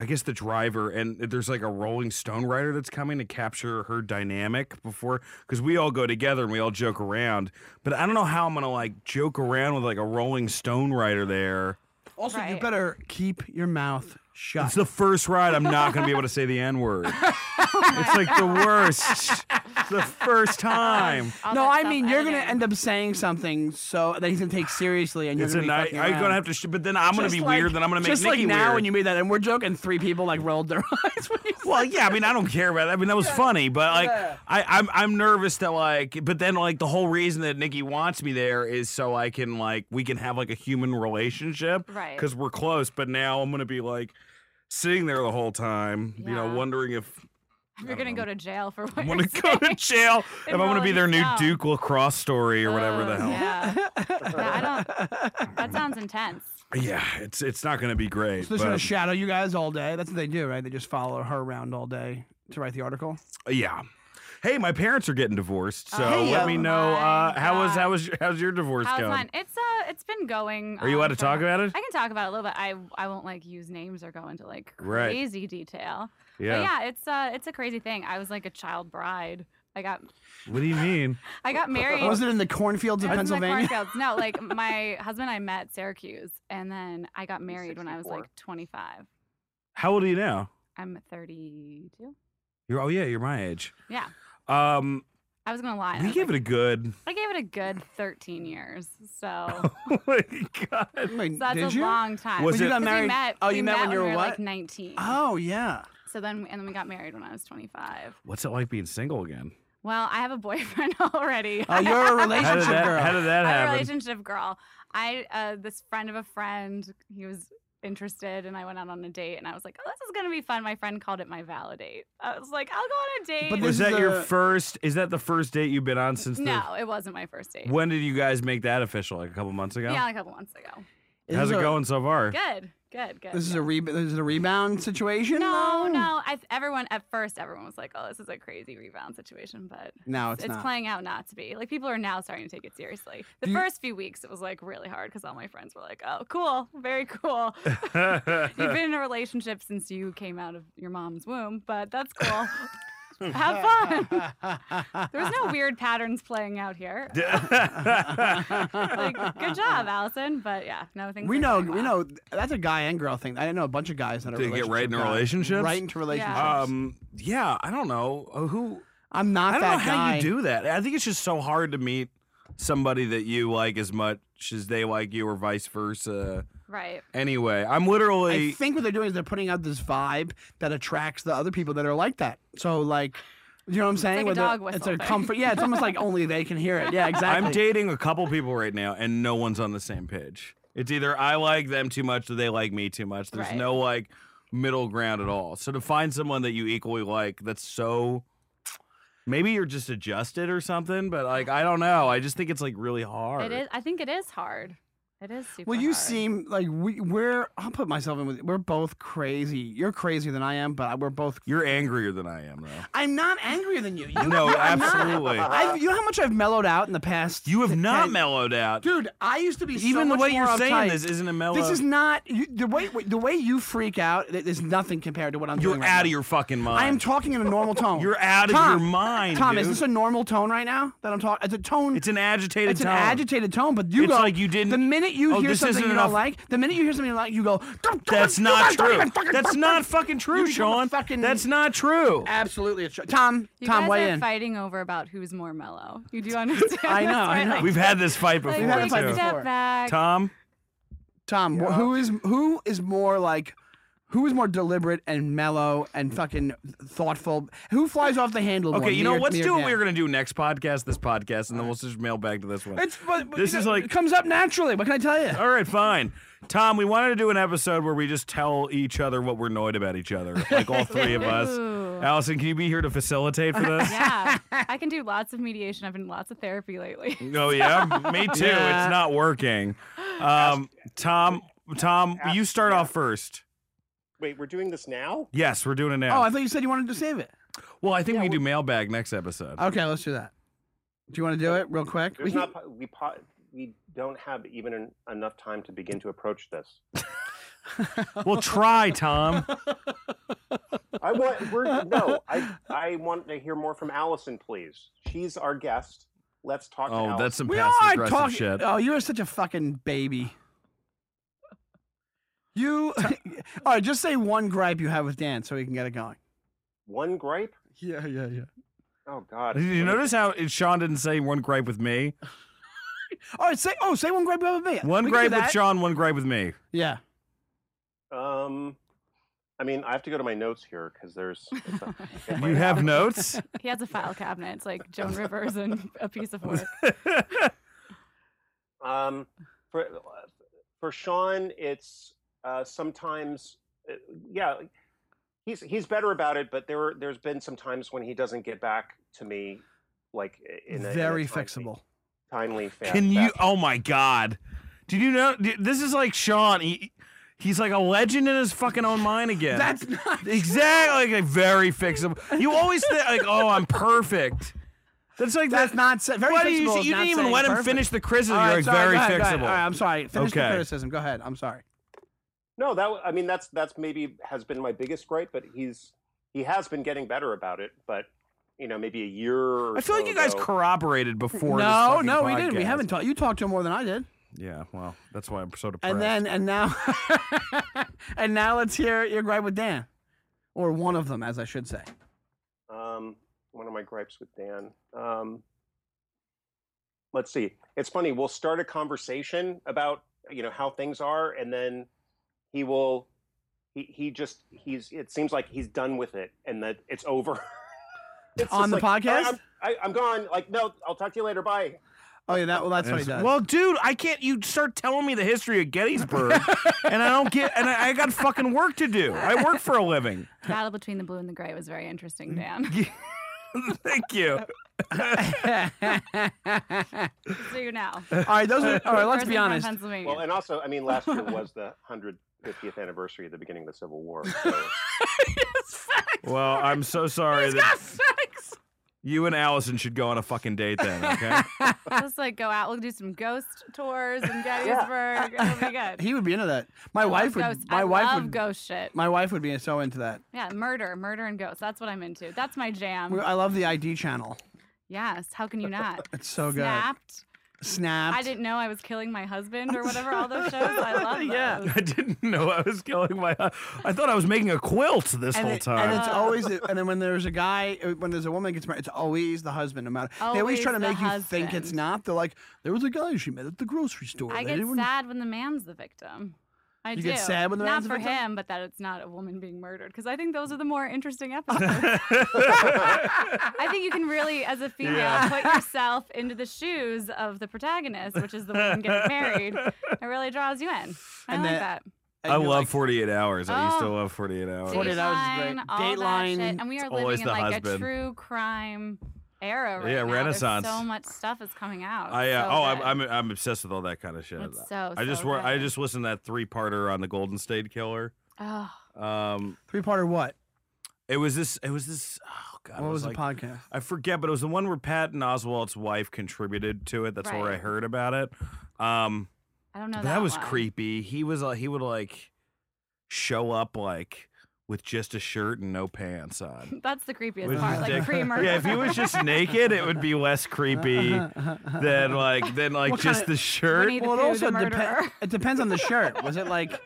Speaker 1: I guess the driver. And there's like a Rolling Stone writer that's coming to capture her dynamic before because we all go together and we all joke around. But I don't know how I'm gonna like joke around with like a Rolling Stone writer there.
Speaker 2: Also, you
Speaker 3: Right.
Speaker 2: better keep your mouth shut.
Speaker 1: It's the first ride I'm not going to be able to say the N word. it's like the worst. It's the first time.
Speaker 3: All
Speaker 2: no,
Speaker 3: that
Speaker 2: I mean you're gonna
Speaker 3: self-editing.
Speaker 2: end up saying something so that he's gonna take seriously, and you're
Speaker 1: It's a
Speaker 2: gonna be
Speaker 1: night.
Speaker 2: fucking
Speaker 1: I'm
Speaker 2: around.
Speaker 1: going to have to, sh- but then I'm going to
Speaker 2: Just
Speaker 1: be
Speaker 2: like-
Speaker 1: weird. Then I'm going to make
Speaker 2: just
Speaker 1: Nikki
Speaker 2: like now
Speaker 1: weird.
Speaker 2: when you made that, and we're joking. Three people like rolled their eyes. When you
Speaker 1: well, yeah. I mean, I don't care about that. I mean, that was funny, but like,
Speaker 2: Yeah.
Speaker 1: I, I'm I'm nervous that like, but then like the whole reason that Nikki wants me there is so I can like we can have like a human relationship,
Speaker 3: Right.
Speaker 1: Because we're close. But now I'm going to be like sitting there the whole time, you know,
Speaker 3: Yeah.
Speaker 1: wondering if
Speaker 3: You're gonna go to jail for what
Speaker 1: I'm
Speaker 3: you're
Speaker 1: gonna go to
Speaker 3: saying.
Speaker 1: jail. if I'm gonna be
Speaker 3: Rolling
Speaker 1: their new
Speaker 3: Stone.
Speaker 1: Duke lacrosse story or whatever the
Speaker 3: Oh,
Speaker 1: hell. Yeah.
Speaker 3: Yeah. Yeah, I don't. That sounds intense.
Speaker 1: it's it's not gonna be great.
Speaker 2: So they're just gonna
Speaker 1: but-
Speaker 2: shadow you guys all day. That's what they do, right? They just follow her around all day to write the article.
Speaker 1: yeah. Hey, my parents are getting divorced, so
Speaker 2: Hey,
Speaker 1: let
Speaker 2: oh
Speaker 1: me know.
Speaker 3: my
Speaker 1: Uh, how was
Speaker 3: God.
Speaker 1: how was how's your divorce
Speaker 3: How's
Speaker 1: going?
Speaker 3: mine? It's uh, it's been going.
Speaker 1: Are you allowed
Speaker 3: um,
Speaker 1: to
Speaker 3: for-
Speaker 1: talk about it?
Speaker 3: I can talk about it a little bit. I I won't like use names or go into like
Speaker 1: Right.
Speaker 3: crazy detail.
Speaker 1: yeah.
Speaker 3: But yeah, it's uh, it's a crazy thing. I was like a child bride. I got
Speaker 1: What do you mean?
Speaker 3: I got married.
Speaker 2: Oh, Was it in the cornfields of
Speaker 3: I was in the
Speaker 2: Pennsylvania?
Speaker 3: cornfields. No, like my husband and I met at Syracuse, and then I got married when I was like 25.
Speaker 1: How old are you now?
Speaker 3: I'm 32.
Speaker 1: You're oh yeah, you're my age.
Speaker 3: Yeah,
Speaker 1: Um,
Speaker 3: I was gonna lie. I
Speaker 1: we
Speaker 3: was
Speaker 1: gave
Speaker 3: like-
Speaker 1: it a good.
Speaker 3: I gave it a good 13 years. So
Speaker 1: oh my god.
Speaker 2: Wait,
Speaker 3: So that's
Speaker 2: did
Speaker 3: a
Speaker 2: you?
Speaker 3: long time.
Speaker 1: Was
Speaker 2: When you
Speaker 1: it-
Speaker 2: got
Speaker 3: 'Cause
Speaker 2: married?
Speaker 3: We met,
Speaker 2: oh,
Speaker 3: we
Speaker 2: you met, when you
Speaker 3: we
Speaker 2: were what?
Speaker 3: like 19.
Speaker 2: oh yeah.
Speaker 3: So then, and then we got married when I was 25.
Speaker 1: What's it like being single again?
Speaker 3: Well, I have a boyfriend already.
Speaker 2: Oh, you're a
Speaker 1: How did
Speaker 2: relationship
Speaker 1: that,
Speaker 2: girl.
Speaker 1: how did that
Speaker 3: I'm a
Speaker 1: happen?
Speaker 3: relationship girl. I uh, this friend of a friend, he was interested, and I went out on a date, and I was like, "Oh, this is gonna be fun." My friend called it my validate. I was like, "I'll go on a date."
Speaker 2: But
Speaker 1: Was
Speaker 2: This is
Speaker 1: that your
Speaker 2: a-
Speaker 1: first? Is that the first date you've been on since? the-
Speaker 3: no, it wasn't my first date.
Speaker 1: When did you guys make that official? Like a couple months ago?
Speaker 3: Yeah, like a couple months ago.
Speaker 2: This
Speaker 1: How's
Speaker 2: is
Speaker 1: it
Speaker 2: a-
Speaker 1: going so far?
Speaker 3: Good, Good, good.
Speaker 2: This is a re- this is a rebound situation.
Speaker 3: no,
Speaker 2: though?
Speaker 3: no. I, everyone at first, everyone was like, "Oh, this is a crazy rebound situation," but
Speaker 2: No, it's,
Speaker 3: it's,
Speaker 2: not.
Speaker 3: playing out not to be. Like people are now starting to take it seriously. The
Speaker 2: Do you-
Speaker 3: first few weeks, it was like really hard because all my friends were like, "Oh, cool, very cool. You've been in a relationship since you came out of your mom's womb, but that's cool. Have fun." There's no weird patterns playing out here. Like, good job, Allison. But yeah, no things.
Speaker 2: we
Speaker 3: are
Speaker 2: know.
Speaker 3: going
Speaker 2: We
Speaker 3: well.
Speaker 2: know that's a guy and girl thing. I didn't know a bunch of guys that are
Speaker 1: They get right into
Speaker 2: guys.
Speaker 1: relationships?
Speaker 2: Right into relationships.
Speaker 1: um, yeah, I don't know Uh, who.
Speaker 2: I'm not
Speaker 1: I don't
Speaker 2: that
Speaker 1: know how
Speaker 2: guy.
Speaker 1: you do that. I think it's just so hard to meet somebody that you like as much as they like you, or vice versa.
Speaker 3: Right.
Speaker 1: Anyway, I'm
Speaker 2: I
Speaker 1: literally.
Speaker 2: think what they're doing is they're putting out this vibe that attracts the other people that are like that. So like, you know what I'm saying?
Speaker 3: like a
Speaker 2: Where the-
Speaker 3: dog whistle
Speaker 2: It's a
Speaker 3: thing.
Speaker 2: comfort. Yeah, it's almost like only they can hear it. Yeah, exactly.
Speaker 1: I'm dating a couple people right now, and no one's on the same page. It's either I like them too much, or they like me too much. There's
Speaker 3: Right.
Speaker 1: no like middle ground at all. So to find someone that you equally like, that's so. Maybe you're just adjusted or something, but like I don't know. I just think it's like really hard.
Speaker 3: It is. I think it is hard. It is super.
Speaker 2: Well, you
Speaker 3: hard.
Speaker 2: seem like we, we're. I'll put myself in with. We're both crazy. You're crazier than I am, but we're both.
Speaker 1: You're angrier than I am, though.
Speaker 2: I'm not angrier than you. you
Speaker 1: No,
Speaker 2: I'm not.
Speaker 1: absolutely.
Speaker 2: I've, you know how much I've mellowed out in the past.
Speaker 1: You have
Speaker 2: ten-
Speaker 1: not mellowed out.
Speaker 2: dude. I used to be so
Speaker 1: Even the
Speaker 2: much
Speaker 1: way you're
Speaker 2: more
Speaker 1: saying
Speaker 2: uptight.
Speaker 1: this isn't a mellow.
Speaker 2: This is not you, the way the way you freak out. th- There's nothing compared to what I'm
Speaker 1: you're
Speaker 2: doing. right
Speaker 1: out
Speaker 2: now.
Speaker 1: of your fucking mind.
Speaker 2: I am talking in a normal tone.
Speaker 1: You're out of
Speaker 2: Tom,
Speaker 1: your mind,
Speaker 2: Tom, is
Speaker 1: dude.
Speaker 2: this a normal tone right now that I'm talking? It's a tone.
Speaker 1: it's an agitated
Speaker 2: it's an
Speaker 1: tone.
Speaker 2: agitated tone, but you
Speaker 1: It's
Speaker 2: go
Speaker 1: like you didn't-
Speaker 2: The minute you
Speaker 1: Oh,
Speaker 2: hear
Speaker 1: this
Speaker 2: something
Speaker 1: isn't
Speaker 2: you
Speaker 1: enough.
Speaker 2: don't like, the minute you hear something you don't like, you go. "Don't- don't-
Speaker 1: That's
Speaker 2: you
Speaker 1: not
Speaker 2: guys don't
Speaker 1: true.
Speaker 2: even fucking-
Speaker 1: That's not fucking
Speaker 2: You
Speaker 1: true,
Speaker 2: become a
Speaker 1: Sean.
Speaker 2: fucking-
Speaker 1: That's not true.
Speaker 2: Absolutely, it's true. Tom.
Speaker 3: You
Speaker 2: Tom,
Speaker 3: guys
Speaker 2: weigh
Speaker 3: are
Speaker 2: in.
Speaker 3: fighting over about who's more mellow. You do understand?
Speaker 2: I know,
Speaker 3: this,
Speaker 2: I
Speaker 3: right?
Speaker 2: know.
Speaker 3: Like,
Speaker 1: We've had this fight
Speaker 3: like,
Speaker 1: before.
Speaker 2: had a
Speaker 3: take
Speaker 2: fight
Speaker 3: a
Speaker 1: too.
Speaker 2: before.
Speaker 3: step back.
Speaker 1: Tom,
Speaker 2: Tom, wh-
Speaker 1: Yeah.
Speaker 2: who is who is more like who is more deliberate and mellow and fucking thoughtful? Who flies off the handle? more,
Speaker 1: okay, you know
Speaker 2: me or-
Speaker 1: let's
Speaker 2: me or
Speaker 1: do what
Speaker 2: Dan?
Speaker 1: we were gonna do next podcast, this podcast, and then we'll just mail back to this one.
Speaker 2: It's but, but,
Speaker 1: This
Speaker 2: you
Speaker 1: is
Speaker 2: know,
Speaker 1: like-
Speaker 2: it comes up naturally. What can I tell you?
Speaker 1: All right, fine. Tom, we wanted to do an episode where we just tell each other what we're annoyed about each other, like all three of us.
Speaker 3: Ooh.
Speaker 1: Allison, can you be here to facilitate for this?
Speaker 3: Yeah, I can do lots of mediation. I've been in lots of therapy lately.
Speaker 1: Oh yeah, me too.
Speaker 2: Yeah.
Speaker 1: It's not working. Um, Tom, Tom, you start off first.
Speaker 4: Wait, we're doing this now?
Speaker 1: Yes, we're doing it
Speaker 2: Oh,
Speaker 1: now.
Speaker 2: I thought you said you wanted to save it.
Speaker 1: well, I think we can do mailbag next episode.
Speaker 2: Okay, let's do that. Do you want to do it real quick?
Speaker 4: There's
Speaker 2: can-
Speaker 4: not, po- we, po- we don't have even en- enough time to begin to approach this.
Speaker 1: Well, try, Tom.
Speaker 4: I want we're no, I I want to hear more from Allison, please. She's our guest. Let's talk to
Speaker 1: Oh,
Speaker 4: Allison.
Speaker 1: that's some
Speaker 2: we
Speaker 1: passive
Speaker 2: are
Speaker 1: aggressive
Speaker 2: talking.
Speaker 1: shit.
Speaker 2: Oh, you are such a fucking baby. You. All right, just say one gripe you have with Dan so we can get it going.
Speaker 4: one gripe.
Speaker 2: Yeah, yeah, yeah.
Speaker 4: Oh God.
Speaker 1: Did you
Speaker 4: What
Speaker 1: notice
Speaker 4: is-
Speaker 1: how it- Sean didn't say one gripe with me?
Speaker 2: All right, say oh, say one gripe you have with me.
Speaker 1: One
Speaker 2: We can do
Speaker 1: gripe with
Speaker 2: that.
Speaker 1: Sean, one gripe with me.
Speaker 2: Yeah.
Speaker 4: Um, I mean, I have to go to my notes here because there's. it's a-
Speaker 2: Oh
Speaker 4: it's my-
Speaker 1: You have notes?
Speaker 3: He has a file cabinet. It's like Joan Rivers and a piece of work.
Speaker 4: Um, for for Sean, it's uh, sometimes, uh, yeah, he's he's better about it, but there were, there's been some times when he doesn't get back to me, like in a, in a
Speaker 2: Very
Speaker 4: timely-
Speaker 2: fixable.
Speaker 4: timely. fa-
Speaker 1: Can you?
Speaker 4: fashion.
Speaker 1: Oh my God! Did you know? d- This is like Sean. He, he's like a legend in his fucking own mind again.
Speaker 2: That's not
Speaker 1: exactly like a very fixable. You always think like, oh, I'm perfect. That's like
Speaker 2: That's
Speaker 1: that.
Speaker 2: not sa- very
Speaker 1: Why
Speaker 2: fixable.
Speaker 1: do you?
Speaker 2: is
Speaker 1: You
Speaker 2: not
Speaker 1: didn't even
Speaker 2: saying
Speaker 1: let him
Speaker 2: perfect.
Speaker 1: finish the criticism.
Speaker 2: All right,
Speaker 1: You're like,
Speaker 2: sorry,
Speaker 1: very
Speaker 2: go ahead, go
Speaker 1: fixable.
Speaker 2: ahead. All right, I'm sorry. Finish the
Speaker 1: Okay.
Speaker 2: criticism. Go ahead. I'm sorry.
Speaker 4: No, that I mean that's that's maybe has been my biggest gripe, but he's he has been getting better about it, but you know maybe a year. Or
Speaker 1: I feel like
Speaker 4: so
Speaker 1: you guys
Speaker 4: ago-
Speaker 1: corroborated before. this
Speaker 2: no,
Speaker 1: fucking
Speaker 2: no, we didn't. We
Speaker 1: podcast.
Speaker 2: haven't talked. You talked to him more than I did.
Speaker 1: Yeah, well, that's why I'm so depressed.
Speaker 2: And then and now and now let's hear your gripe with Dan, or one of them, as I should say.
Speaker 4: um, one of my gripes with Dan. Um, let's see. It's funny. We'll start a conversation about you know how things are, and then he will. He he just he's. It seems like he's done with it, and that it's over. It's
Speaker 2: On
Speaker 4: just
Speaker 2: the
Speaker 4: like,
Speaker 2: podcast?
Speaker 4: "All right, I'm, I, I'm gone. Like no, I'll talk to you later. Bye.
Speaker 2: Oh yeah, that well, that's what he
Speaker 1: Yes.
Speaker 2: does.
Speaker 1: Well, dude, I can't. You start telling me the history of Gettysburg, and I don't get. And I, I got fucking work to do. I work for a living.
Speaker 3: Battle between the blue and the gray was very interesting, Dan.
Speaker 1: Thank you.
Speaker 2: all
Speaker 3: So you now.
Speaker 2: right, those are, all right. Let's
Speaker 3: Person
Speaker 2: be
Speaker 3: from
Speaker 2: honest.
Speaker 3: Pennsylvania.
Speaker 4: Well, and also, I mean, last year was the 150th anniversary of the beginning of the Civil War. So.
Speaker 2: It's facts.
Speaker 1: Well, I'm so sorry
Speaker 2: It's
Speaker 1: that
Speaker 2: got facts.
Speaker 1: you and Allison should go on a fucking date then, okay?
Speaker 3: Let's like go out. We'll do some ghost tours in
Speaker 4: Yeah.
Speaker 3: Gettysburg. It'll be good.
Speaker 2: He would be into that. My
Speaker 3: I love
Speaker 2: wife would.
Speaker 3: ghosts.
Speaker 2: My
Speaker 3: I
Speaker 2: wife
Speaker 3: love
Speaker 2: would.
Speaker 3: ghost shit.
Speaker 2: My wife would be so into that.
Speaker 3: Yeah, murder, murder and ghosts. That's what I'm into. That's my
Speaker 2: We-
Speaker 3: jam.
Speaker 2: I love the ID channel.
Speaker 3: Yes. How can you not?
Speaker 2: It's so good.
Speaker 3: Snapped.
Speaker 2: Snapped.
Speaker 3: I didn't know I was killing my husband or whatever. All those shows. I love those.
Speaker 2: Yeah.
Speaker 1: I didn't know I was killing my. I thought I was making a quilt this
Speaker 2: and,
Speaker 1: whole
Speaker 2: it-
Speaker 1: time.
Speaker 2: and it's
Speaker 3: Uh.
Speaker 2: always and then when there's a guy when there's a woman that gets married, it's always the husband. No matter they always try to
Speaker 3: Always the
Speaker 2: make you think it's
Speaker 3: husband.
Speaker 2: not. They're like, there was a guy she met at the grocery store.
Speaker 3: I
Speaker 2: They
Speaker 3: get
Speaker 2: didn't-
Speaker 3: sad when the man's the victim. I
Speaker 2: You
Speaker 3: do.
Speaker 2: get sad when the
Speaker 3: not
Speaker 2: man's the
Speaker 3: for
Speaker 2: victim?
Speaker 3: him, but that it's not a woman being murdered. Because I think those are the more interesting episodes. I think you can really, as a female,
Speaker 1: Yeah.
Speaker 3: put yourself into the shoes of the protagonist, which is the woman getting married. It really draws you in. I
Speaker 2: And
Speaker 3: like
Speaker 2: that-
Speaker 3: that.
Speaker 2: and
Speaker 1: I
Speaker 2: you're
Speaker 1: love
Speaker 2: like,
Speaker 1: 48 hours. I used to
Speaker 3: Oh.
Speaker 1: love 48 hours.
Speaker 2: 48 hours is great.
Speaker 3: Dateline, all that shit.
Speaker 2: Dateline,
Speaker 3: And we are
Speaker 1: always
Speaker 3: living in
Speaker 1: the
Speaker 3: like a
Speaker 1: husband.
Speaker 3: true crime era right
Speaker 1: Yeah,
Speaker 3: now. There's
Speaker 1: Renaissance.
Speaker 3: so much stuff is coming out.
Speaker 1: I uh,
Speaker 3: So
Speaker 1: oh
Speaker 3: good.
Speaker 1: I'm, I'm I'm obsessed with all that kind of shit.
Speaker 3: It's so,
Speaker 1: I just
Speaker 3: so
Speaker 1: wor- I
Speaker 3: good.
Speaker 1: just listened to that three parter on the Golden State Killer.
Speaker 3: oh,
Speaker 1: Um,
Speaker 2: three-parter. What?
Speaker 1: it was this. It was this. Oh god, it
Speaker 2: What was
Speaker 1: like,
Speaker 2: the podcast?
Speaker 1: I forget, but it was the one where Patton Oswald's wife contributed to it. That's where I
Speaker 3: Right.
Speaker 1: heard about it. Um,
Speaker 3: I don't know.
Speaker 1: that,
Speaker 3: That,
Speaker 1: was
Speaker 3: one.
Speaker 1: creepy. He was uh, he would like show up like with just a shirt and no pants on.
Speaker 3: That's the creepiest
Speaker 1: Which
Speaker 3: part.
Speaker 1: is
Speaker 3: Like
Speaker 1: dick-
Speaker 3: pre murder.
Speaker 1: yeah, if he was just naked, it would be less creepy than like than like
Speaker 2: What kind
Speaker 1: just
Speaker 2: of-
Speaker 1: the shirt.
Speaker 3: need-
Speaker 2: Well, it
Speaker 3: Who, the
Speaker 2: also depends.
Speaker 3: murderer?
Speaker 2: It depends on the shirt. Was it like,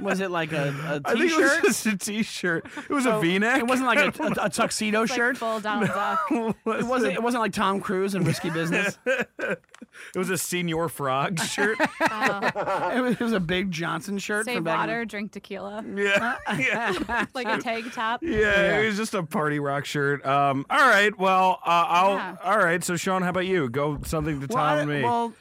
Speaker 2: was it like a, a
Speaker 1: I think it was
Speaker 2: t-shirt?
Speaker 1: just a t-shirt. It was a
Speaker 2: So
Speaker 1: V-neck.
Speaker 2: Oh, It wasn't like a, a, a tuxedo
Speaker 3: It's like
Speaker 2: shirt.
Speaker 3: full Donald Duck.
Speaker 2: It wasn't. It wasn't like Tom Cruise in Risky Business.
Speaker 1: It was a senior frog shirt.
Speaker 3: Oh.
Speaker 2: It was, it was a big Johnson shirt
Speaker 3: Save
Speaker 2: from back.
Speaker 3: water, drink tequila,
Speaker 1: yeah. yeah.
Speaker 3: like a tank top.
Speaker 1: Yeah,
Speaker 2: Yeah.
Speaker 1: it was just a party rock shirt. Um, all right, well, uh, I'll.
Speaker 3: Yeah.
Speaker 1: All right, so Sean, how about you? Go something to Tom
Speaker 2: Well, I-
Speaker 1: and me.
Speaker 2: well,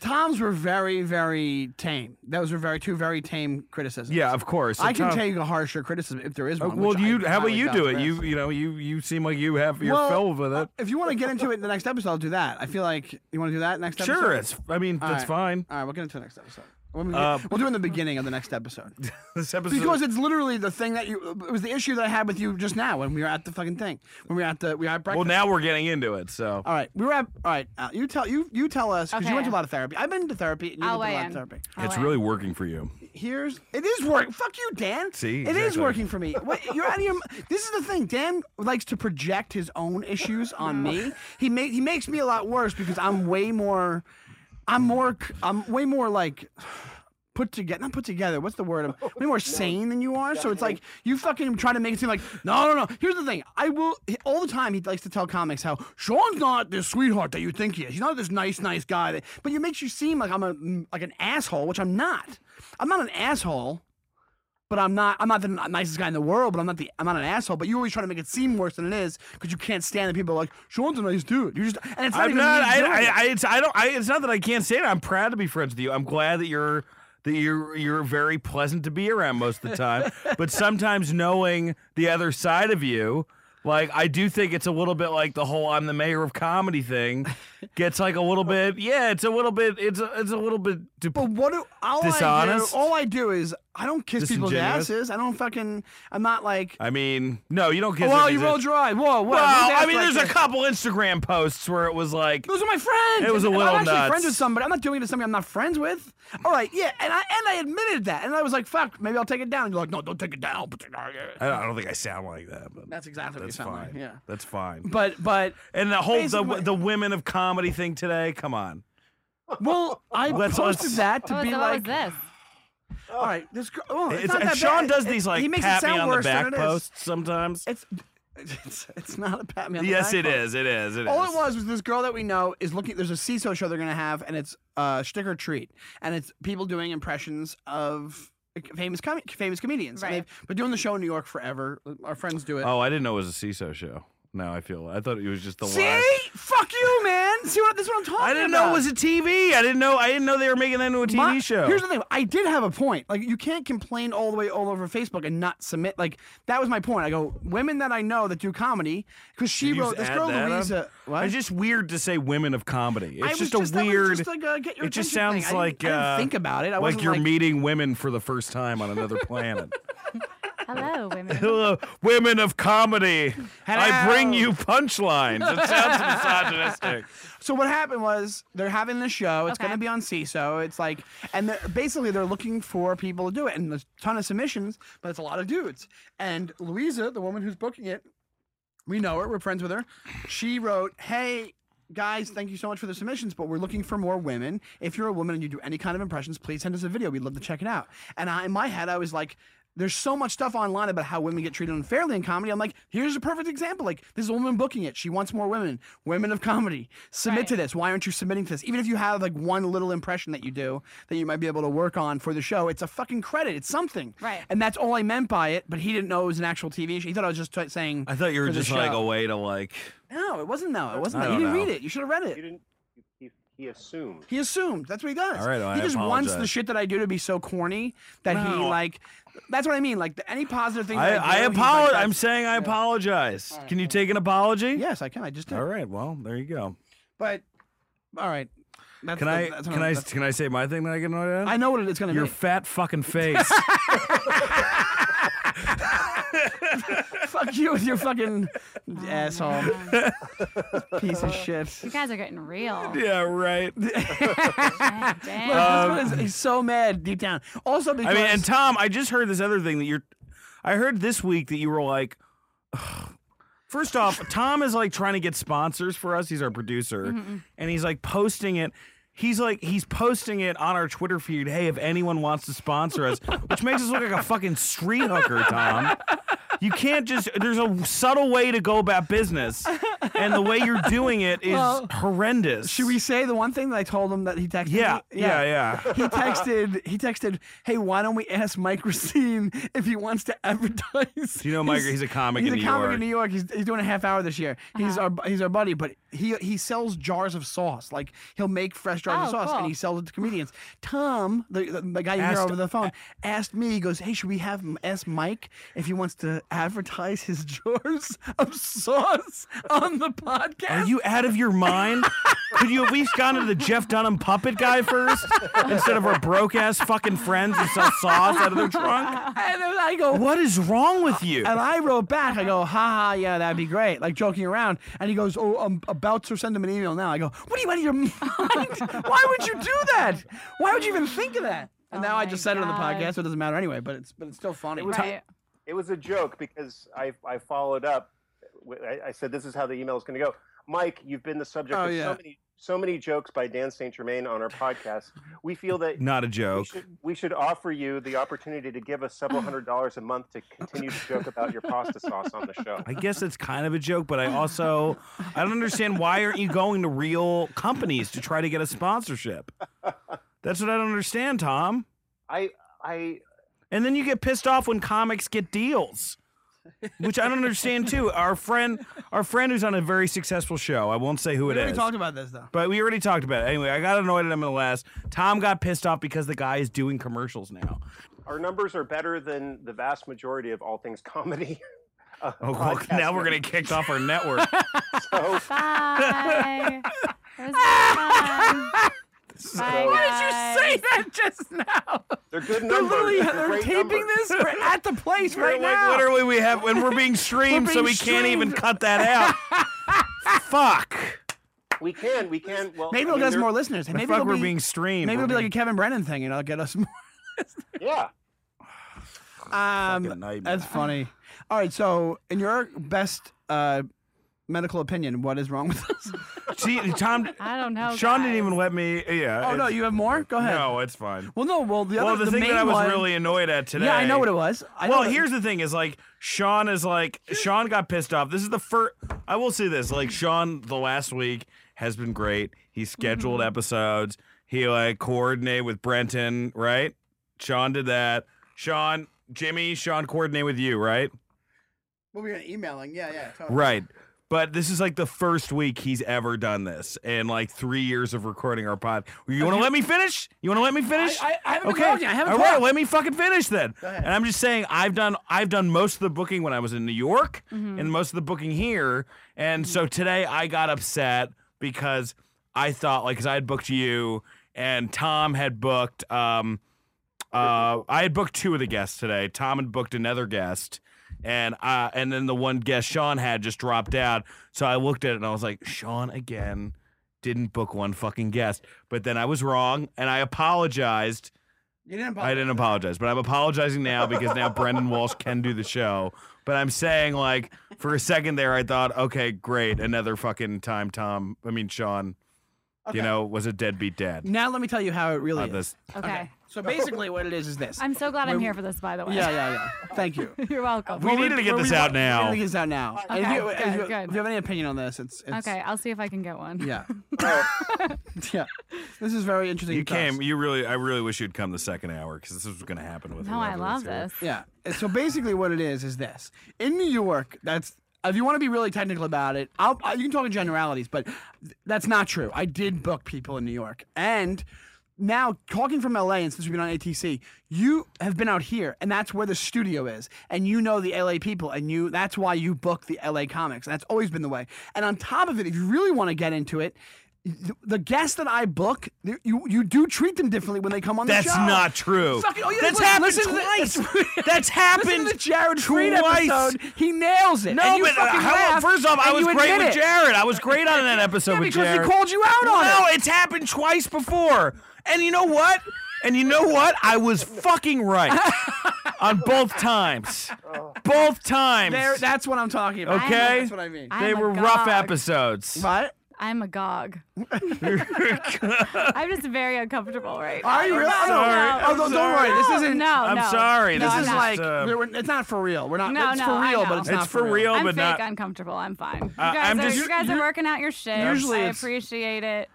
Speaker 2: Tom's were very, very tame. Those were very two very tame criticisms.
Speaker 1: yeah, of course. So
Speaker 2: I can
Speaker 1: Tom-
Speaker 2: take a harsher criticism if there is
Speaker 1: Uh,
Speaker 2: one.
Speaker 1: well,
Speaker 2: which
Speaker 1: you.
Speaker 2: I
Speaker 1: how about
Speaker 2: highly
Speaker 1: you do
Speaker 2: doubt
Speaker 1: it?
Speaker 2: there is.
Speaker 1: You, you know, you you seem like you have your
Speaker 2: Well, uh,
Speaker 1: fill with it.
Speaker 2: If you want to get into it in the next episode, I'll do that. I feel like you want to do that next episode.
Speaker 1: sure, it's. I mean,
Speaker 2: All
Speaker 1: that's
Speaker 2: right.
Speaker 1: fine.
Speaker 2: All right, we'll get into the next episode. When we get-
Speaker 1: Uh,
Speaker 2: we'll do it in the beginning of the next episode
Speaker 1: This episode.
Speaker 2: because it's literally the thing that you. It was the issue that I had with you just now when we were at the fucking thing when we were at the we were at breakfast.
Speaker 1: well, now we're getting into it. So.
Speaker 2: All right, we were at. All right, Al, you tell you you tell us because you went
Speaker 3: Okay. Oh,
Speaker 2: to a lot of therapy. I've been to therapy. And you
Speaker 3: I'll
Speaker 2: went to a
Speaker 3: weigh
Speaker 2: lot of
Speaker 3: in.
Speaker 2: therapy.
Speaker 3: I'll
Speaker 1: It's
Speaker 3: weigh in.
Speaker 1: really working for you.
Speaker 2: Here's it is work. Fuck you, Dan.
Speaker 1: See,
Speaker 2: it is
Speaker 1: exactly.
Speaker 2: working for me. What, you're out of your. m- This is the thing. Dan likes to project his own issues on me. He make he makes me a lot worse because I'm way more. I'm more. c- I'm way more like. Put together, not put together. What's the word? I'm way more sane than you are. So it's like you fucking try to make it seem like no, no, no. Here's the thing. I will he- all the time. He likes to tell comics how Sean's not this sweetheart that you think he is. He's not this nice, nice guy. That, but it makes you seem like I'm a like an asshole, which I'm not. I'm not an asshole but I'm not I'm not the nicest guy in the world, but I'm not the I'm not an asshole. But you always try to make it seem worse than it is because you can't stand the people are like Sean's a nice dude. You just and it's not
Speaker 1: I'm
Speaker 2: even
Speaker 1: not.
Speaker 2: me
Speaker 1: I,
Speaker 2: doing
Speaker 1: I,
Speaker 2: it.
Speaker 1: I, it's, I don't. I, it's not that I can't say it. I'm proud to be friends with you. I'm glad that you're that you're you're very pleasant to be around most of the time. but sometimes knowing the other side of you, like I do think it's a little bit like the whole "I'm the mayor of comedy" thing, gets like a little bit. Yeah, it's a little bit. It's a, it's a little bit. Dep-
Speaker 2: But what do all
Speaker 1: Dishonest?
Speaker 2: I do? All I do is I don't kiss people's
Speaker 1: Disingenuous?
Speaker 2: asses. I don't fucking. I'm not like.
Speaker 1: I mean, no, you don't get.
Speaker 2: well, you rolled your eye. Whoa, whoa.
Speaker 1: Well,
Speaker 2: whose ass
Speaker 1: I
Speaker 2: do
Speaker 1: mean, there's a
Speaker 2: kiss?
Speaker 1: couple Instagram posts where it was like,
Speaker 2: Those are my friends.
Speaker 1: It was a
Speaker 2: If
Speaker 1: little
Speaker 2: I'm actually
Speaker 1: nuts.
Speaker 2: friends with somebody. I'm not doing it to somebody I'm not friends with. All right, yeah, and I and I admitted that, and I was like, "Fuck, maybe I'll take it down." And you're like, "No, don't take it down." I'll put it down."
Speaker 1: I don't I don't think I sound like that, but
Speaker 2: That's exactly what you
Speaker 1: that's
Speaker 2: sound
Speaker 1: fine.
Speaker 2: like. Yeah,
Speaker 1: that's fine.
Speaker 2: but but
Speaker 1: And the whole the,
Speaker 2: Basically-
Speaker 1: the women of comedy thing today. Come on.
Speaker 2: Well, I
Speaker 1: Let's- let's-
Speaker 2: posted that to
Speaker 3: What was,
Speaker 2: be
Speaker 3: what
Speaker 2: like,
Speaker 3: was this?
Speaker 2: all right, this girl. Oh, it's,
Speaker 1: It's-
Speaker 2: not
Speaker 1: and
Speaker 2: that
Speaker 1: Sean
Speaker 2: bad.
Speaker 1: does
Speaker 2: It-
Speaker 1: these like
Speaker 2: he makes
Speaker 1: pat
Speaker 2: it sound
Speaker 1: me on the
Speaker 2: worse than
Speaker 1: back
Speaker 2: it is.
Speaker 1: posts sometimes.
Speaker 2: It's, it's it's not a pat me on the
Speaker 1: yes, it
Speaker 2: back post.
Speaker 1: is. It is. It is.
Speaker 2: All it was was this girl that we know is looking. There's a CISO show they're gonna have, and it's uh, stick or treat, and it's people doing impressions of famous com- famous comedians. And
Speaker 3: Right.
Speaker 2: they've been doing the show in New York forever. Our friends do it.
Speaker 1: Oh, I didn't know it was a CISO show. Now I feel. I thought it was just Oh, the
Speaker 2: See?
Speaker 1: last.
Speaker 2: Fuck you, man. See what this is what I'm talking about.
Speaker 1: I didn't know it was a TV. I didn't know. I didn't know they were making that into a TV
Speaker 2: My-
Speaker 1: show.
Speaker 2: Here's the thing. I did have a point. Like you can't complain all the way all over Facebook and not submit. Like that was my point. I go women that I know that do comedy because she
Speaker 1: Did you
Speaker 2: wrote
Speaker 1: just
Speaker 2: this
Speaker 1: add
Speaker 2: girl
Speaker 1: that up?
Speaker 2: Louisa. What?
Speaker 1: It's just weird to say women of comedy. It's
Speaker 2: I was
Speaker 1: just a
Speaker 2: that was
Speaker 1: weird.
Speaker 2: just like a get your
Speaker 1: it just
Speaker 2: attention thing.
Speaker 1: sounds
Speaker 2: I didn't-
Speaker 1: like,
Speaker 2: I didn't,
Speaker 1: uh,
Speaker 2: think about it. I
Speaker 1: like
Speaker 2: wasn't
Speaker 1: you're
Speaker 2: like
Speaker 1: meeting women for the first time on another planet.
Speaker 3: Hello, women.
Speaker 1: Hello, women of comedy. I bring
Speaker 2: Hello.
Speaker 1: you punchlines. It sounds misogynistic.
Speaker 2: So what happened was they're having this show. It's
Speaker 3: Okay.
Speaker 2: gonna be on CISO. It's like, and they're, basically they're looking for people to do it, and there's a ton of submissions, but it's a lot of dudes. And Louisa, the woman who's booking it, we know her. We're friends with her. She wrote, "Hey." Guys, thank you so much for the submissions, but we're looking for more women. If you're a woman and you do any kind of impressions, please send us a video. We'd love to check it out. And I, in my head, I was like, there's so much stuff online about how women get treated unfairly in comedy. I'm like, here's a perfect example. Like, this is a woman booking it. She wants more women. Women of comedy, submit to
Speaker 3: Right.
Speaker 2: this. Why aren't you submitting to this? Even if you have like one little impression that you do that you might be able to work on for the show, it's a fucking credit. It's something.
Speaker 3: Right.
Speaker 2: And that's all I meant by it. But he didn't know it was an actual TV show. He thought I was just t- saying.
Speaker 1: I thought you were
Speaker 2: for the
Speaker 1: just like
Speaker 2: show.
Speaker 1: a way to like.
Speaker 2: No, it wasn't. No, it wasn't.
Speaker 1: I
Speaker 2: That. You
Speaker 1: don't
Speaker 2: didn't
Speaker 1: know.
Speaker 2: read it. You should have read
Speaker 4: You
Speaker 2: it.
Speaker 4: didn't. He, he assumed.
Speaker 2: He assumed. That's what he does.
Speaker 1: All right, well,
Speaker 2: he
Speaker 1: I
Speaker 2: just wants the
Speaker 1: apologize.
Speaker 2: shit that I do to be so corny that he
Speaker 1: No.
Speaker 2: like. That's what I mean. Like the, any positive thing.
Speaker 1: I, I
Speaker 2: that I, do, he's like,
Speaker 1: apologize.
Speaker 2: that's-
Speaker 1: I'm saying I apologize. Can you take an apology?
Speaker 2: Yes, I can. I just did.
Speaker 1: All right. Well, there you go.
Speaker 2: But all right. That's,
Speaker 1: Can
Speaker 2: that-
Speaker 1: I
Speaker 2: that's what
Speaker 1: can
Speaker 2: I'm-
Speaker 1: I
Speaker 2: that's-
Speaker 1: can I say my thing that I get annoyed at?
Speaker 2: I know what it's going to
Speaker 1: Your
Speaker 2: be.
Speaker 1: fat fucking face.
Speaker 2: Fuck you with your fucking asshole,
Speaker 3: Oh, man.
Speaker 2: piece of shit.
Speaker 3: You guys are getting real.
Speaker 1: yeah. Right.
Speaker 3: God
Speaker 2: Look,
Speaker 3: damn.
Speaker 2: this one is, he's so mad deep down. Also because
Speaker 1: I mean, and Tom, I just heard this other thing that you're. I heard this week that you were like. "Ugh." First off, Tom is like trying to get sponsors for us. He's our producer,
Speaker 2: Mm-hmm,
Speaker 1: and he's like posting it. He's like he's posting it on our Twitter feed. Hey, if anyone wants to sponsor us, which makes us look like a fucking street hooker, Tom. You can't just. There's a subtle way to go about business, and the way you're doing it is
Speaker 2: Well,
Speaker 1: horrendous.
Speaker 2: should we say the one thing that I told him that he texted?
Speaker 1: Yeah,
Speaker 2: me?
Speaker 1: yeah, yeah.
Speaker 2: He texted. He texted. Hey, why don't we ask Mike Racine if he wants to advertise?
Speaker 1: Do you know Mike? He's, a comic
Speaker 2: He's
Speaker 1: in
Speaker 2: a
Speaker 1: New
Speaker 2: comic
Speaker 1: York.
Speaker 2: in New York. He's, he's doing a half hour this year.
Speaker 3: Uh-huh.
Speaker 2: He's our he's our buddy, but he he sells jars of sauce. Like he'll make fresh jars of
Speaker 3: Oh,
Speaker 2: sauce and
Speaker 3: cool.
Speaker 2: he sells it to comedians. Tom, the, the, the guy you hear
Speaker 1: Asked-
Speaker 2: over the phone, asked me. He goes, "Hey, should we have him ask Mike if he wants to advertise his jars of sauce on the podcast?"
Speaker 1: Are you out of your mind? Could you at least gone to the Jeff Dunham puppet guy first instead of our broke ass fucking friends who sell sauce out of their trunk?
Speaker 2: and then I go,
Speaker 1: What is wrong with you?
Speaker 2: And I wrote back, I go, ha ha, yeah, that'd be great, like joking around. And he goes, oh, I'm about to send him an email now. I go, what are you out of your mind? Why would you do that? Why would you even think of that? And
Speaker 3: Oh
Speaker 2: now I
Speaker 3: my
Speaker 2: just said it on the
Speaker 3: God.
Speaker 2: podcast, so it doesn't matter anyway. But it's but it's still funny.
Speaker 3: Right.
Speaker 4: It was a joke because I I followed up. with- I, I said this is how the email is going to go. Mike, you've been the subject
Speaker 2: Oh,
Speaker 4: of
Speaker 2: yeah.
Speaker 4: so many so many jokes by Dan St. Germain on our podcast. We feel that
Speaker 1: Not a
Speaker 4: we
Speaker 1: joke.
Speaker 4: should, we should offer you the opportunity to give us several hundred dollars a month to continue to joke about your pasta sauce on the show.
Speaker 1: I guess that's kind of a joke, but I also I don't understand why aren't you going to real companies to try to get a sponsorship? That's what I don't understand, Tom.
Speaker 4: I I
Speaker 1: And then you get pissed off when comics get deals, which I don't understand too. Our friend, our friend who's on a very successful show, I won't say who
Speaker 2: We
Speaker 1: it is.
Speaker 2: already talked about this though.
Speaker 1: But we already talked about it. Anyway, I got annoyed at him in the last. Tom got pissed off because the guy is doing commercials now.
Speaker 4: our numbers are better than the vast majority of all things comedy. uh,
Speaker 1: Oh, well,
Speaker 4: podcast
Speaker 1: now we're
Speaker 4: numbers.
Speaker 1: gonna kicked off our network.
Speaker 4: So,
Speaker 3: Bye. That was really fun. Bye,
Speaker 4: Why
Speaker 3: guys.
Speaker 2: Say that just now.
Speaker 4: they're
Speaker 2: They're
Speaker 4: good numbers.
Speaker 2: literally
Speaker 4: They're
Speaker 2: they're
Speaker 4: great
Speaker 2: taping
Speaker 4: numbers.
Speaker 2: this. We're at the place right
Speaker 1: Like,
Speaker 2: now.
Speaker 1: Literally, we have when we're being streamed, so
Speaker 2: being
Speaker 1: we can't even cut that out. Fuck.
Speaker 4: We can, we can. Well,
Speaker 2: Maybe
Speaker 4: I
Speaker 2: it'll
Speaker 4: mean,
Speaker 2: get us
Speaker 4: there-
Speaker 2: more listeners. Hey,
Speaker 1: The
Speaker 2: maybe
Speaker 1: fuck
Speaker 2: it'll
Speaker 1: we're
Speaker 2: be,
Speaker 1: being streamed.
Speaker 2: maybe it'll be
Speaker 1: We're
Speaker 2: like a Kevin Brennan thing, and it'll get us more.
Speaker 4: Yeah.
Speaker 1: being-
Speaker 2: Um,
Speaker 1: fucking nightmare.
Speaker 2: That's funny. All right, so in your best uh, medical opinion, what is wrong with us?
Speaker 1: See, Tom.
Speaker 3: I don't know.
Speaker 1: Sean didn't
Speaker 3: guys.
Speaker 1: even let me. Yeah.
Speaker 2: oh no,
Speaker 1: it's-
Speaker 2: you have more. Go ahead.
Speaker 1: No, it's fine.
Speaker 2: Well, no. Well, the other
Speaker 1: well, the, thing
Speaker 2: main
Speaker 1: that I was
Speaker 2: one-
Speaker 1: really annoyed at today.
Speaker 2: yeah, I know what it was. I know
Speaker 1: well,
Speaker 2: that-
Speaker 1: here's the thing: is like Sean is like Sean got pissed off. This is the first. I will say this: like Sean, the last week has been great. He scheduled
Speaker 2: Mm-hmm.
Speaker 1: episodes. He like coordinated with Brenton, right? Sean did that. Sean, Jimmy, Sean coordinated with you, right?
Speaker 2: Well, we were emailing. Yeah, yeah. Totally.
Speaker 1: Right. But this is like the first week he's ever done this in like three years of recording our pod. You want to let me finish? You want to let me finish?
Speaker 2: I- I haven't been talking. I haven't
Speaker 1: All right,
Speaker 2: talked.
Speaker 1: let me fucking finish then.
Speaker 2: Go ahead.
Speaker 1: And I'm just saying, I've done I've done most of the booking when I was in New York,
Speaker 3: Mm-hmm.
Speaker 2: Mm-hmm.
Speaker 1: and most of the booking here. And so today I got upset because I thought like, because I had booked you and Tom had booked. um uh, I had booked two of the guests today. Tom had booked another guest, and uh, and then the one guest Sean had just dropped out. So I looked at it and I was like, Sean again didn't book one fucking guest. But then I was wrong, and I apologized.
Speaker 2: You didn't.
Speaker 1: I didn't apologize, but I'm apologizing now because now Brendan Walsh can do the show. But I'm saying like for a second there, I thought, okay, great, another fucking time. Tom, I mean Sean,
Speaker 2: Okay.
Speaker 1: you know, was a deadbeat dad.
Speaker 2: Now let me tell you how it really
Speaker 1: Uh,
Speaker 2: is.
Speaker 1: this
Speaker 3: Okay.
Speaker 2: So basically, what it is is this.
Speaker 3: I'm so glad I'm
Speaker 2: Wait,
Speaker 3: here for this, by the way.
Speaker 2: yeah, yeah, yeah. Thank you.
Speaker 3: You're welcome.
Speaker 1: We needed to get
Speaker 2: Where
Speaker 1: this
Speaker 2: we-
Speaker 1: out
Speaker 2: we needed
Speaker 1: now.
Speaker 2: to get this out now. And if
Speaker 3: Okay,
Speaker 2: you, if
Speaker 3: good,
Speaker 2: you-
Speaker 3: good.
Speaker 2: if you have any opinion on this, it's, it's
Speaker 3: okay, I'll see if I can get one.
Speaker 2: Yeah,
Speaker 4: Oh,
Speaker 2: yeah. This is very interesting.
Speaker 1: You
Speaker 2: to us.
Speaker 1: came. You really. I really wish you'd come the second hour because this was going to happen with.
Speaker 3: No, I
Speaker 1: whoever was
Speaker 3: love
Speaker 1: here.
Speaker 3: this.
Speaker 2: Yeah. And So basically, what it is is this: in New York, that's if you want to be really technical about it, I'll, I, you can talk in generalities, but th- that's not true. I did book people in New York, and now talking from LA, and since we've been on ATC, you have been out here, and that's where the studio is, and you know the LA people, and you that's why you book the LA comics. That's always been the way. And on top of it, if you really want to get into it. th- The guests that I book, th- you you do treat them differently when they come on
Speaker 1: That's
Speaker 2: the show.
Speaker 1: not true.
Speaker 2: Fucking- oh, yeah,
Speaker 1: That's
Speaker 2: listen-
Speaker 1: happened
Speaker 2: listen to the-
Speaker 1: twice.
Speaker 2: listen-
Speaker 1: That's happened
Speaker 2: Listen to the Jared Fried
Speaker 1: twice.
Speaker 2: episode. He nails it. and
Speaker 1: No,
Speaker 2: you
Speaker 1: but uh,
Speaker 2: fucking
Speaker 1: how,
Speaker 2: laugh,
Speaker 1: first off, I
Speaker 2: and
Speaker 1: was
Speaker 2: you
Speaker 1: great
Speaker 2: admit
Speaker 1: with
Speaker 2: it.
Speaker 1: Jared. I was great on that episode
Speaker 2: Yeah,
Speaker 1: with
Speaker 2: because
Speaker 1: Jared.
Speaker 2: he called you out on
Speaker 1: no,
Speaker 2: it.
Speaker 1: it's happened twice before. And you know what? And you know what? I was fucking right on both times. Both times.
Speaker 2: There, that's what I'm talking about.
Speaker 1: Okay.
Speaker 2: That's what I mean.
Speaker 3: I-
Speaker 1: they
Speaker 3: I'm
Speaker 1: were rough
Speaker 3: agog.
Speaker 1: episodes.
Speaker 2: What?
Speaker 3: I'm agog. I'm just very uncomfortable right now.
Speaker 2: Are you really?
Speaker 1: I'm
Speaker 2: Oh,
Speaker 1: sorry.
Speaker 2: Oh,
Speaker 1: I'm
Speaker 2: don't, don't worry.
Speaker 1: sorry.
Speaker 2: This
Speaker 3: No,
Speaker 2: isn't.
Speaker 3: No,
Speaker 1: I'm
Speaker 3: no.
Speaker 1: sorry,
Speaker 3: No,
Speaker 1: this
Speaker 2: This
Speaker 3: I'm
Speaker 2: is
Speaker 3: not.
Speaker 2: like.
Speaker 1: uh,
Speaker 2: we're- we're- it's not for real. We're not.
Speaker 3: No,
Speaker 2: it's
Speaker 3: no,
Speaker 2: for
Speaker 3: I
Speaker 2: real,
Speaker 3: know.
Speaker 2: but it's,
Speaker 1: It's
Speaker 2: not
Speaker 1: for real,
Speaker 3: I'm
Speaker 1: but
Speaker 3: fake
Speaker 1: not.
Speaker 3: uncomfortable. I'm fine. You
Speaker 1: Uh,
Speaker 3: guys,
Speaker 1: I'm
Speaker 3: are,
Speaker 1: just-
Speaker 3: you guys are working out your shit.
Speaker 2: Usually
Speaker 3: I
Speaker 2: it's-
Speaker 3: appreciate it.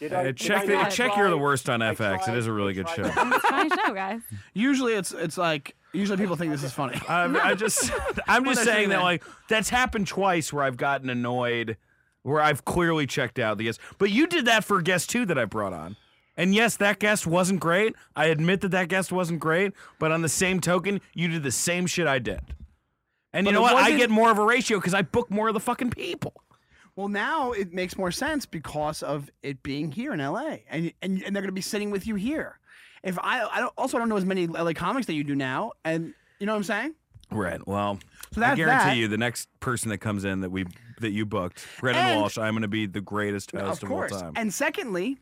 Speaker 4: did I-
Speaker 1: Uh,
Speaker 4: did I
Speaker 1: check the,
Speaker 4: not
Speaker 1: check.
Speaker 4: try?
Speaker 1: You're the worst on
Speaker 4: I
Speaker 1: FX. It
Speaker 4: tried-
Speaker 1: is a really
Speaker 4: I
Speaker 1: good show.
Speaker 4: tried.
Speaker 3: It's my show, guys.
Speaker 2: Usually, it's it's like. Usually, people think this is funny.
Speaker 1: I'm, Um, I just, I'm just
Speaker 2: What I
Speaker 1: saying
Speaker 2: say,
Speaker 1: that
Speaker 2: man.
Speaker 1: like that's happened twice where I've gotten annoyed, where I've clearly checked out the guest. But you did that for guest two that I brought on, and yes, that guest wasn't great. I admit that that guest wasn't great, but on the same token, you did the same shit I did. And
Speaker 2: But
Speaker 1: you know
Speaker 2: it
Speaker 1: what? I
Speaker 2: wasn't-
Speaker 1: get more of a ratio because I book more of the fucking people.
Speaker 2: Well, now it makes more sense because of it being here in LA, and and, and they're going to be sitting with you here. If I, I don't, also don't know as many LA comics that you do now, and you know what I'm saying.
Speaker 1: Right. Well,
Speaker 2: So
Speaker 1: I
Speaker 2: that's
Speaker 1: guarantee
Speaker 2: that.
Speaker 1: you, the next person that comes in that we that you booked, Brendan
Speaker 2: And-
Speaker 1: Walsh, I'm going to be the greatest host of,
Speaker 2: of course.
Speaker 1: all time.
Speaker 2: And secondly,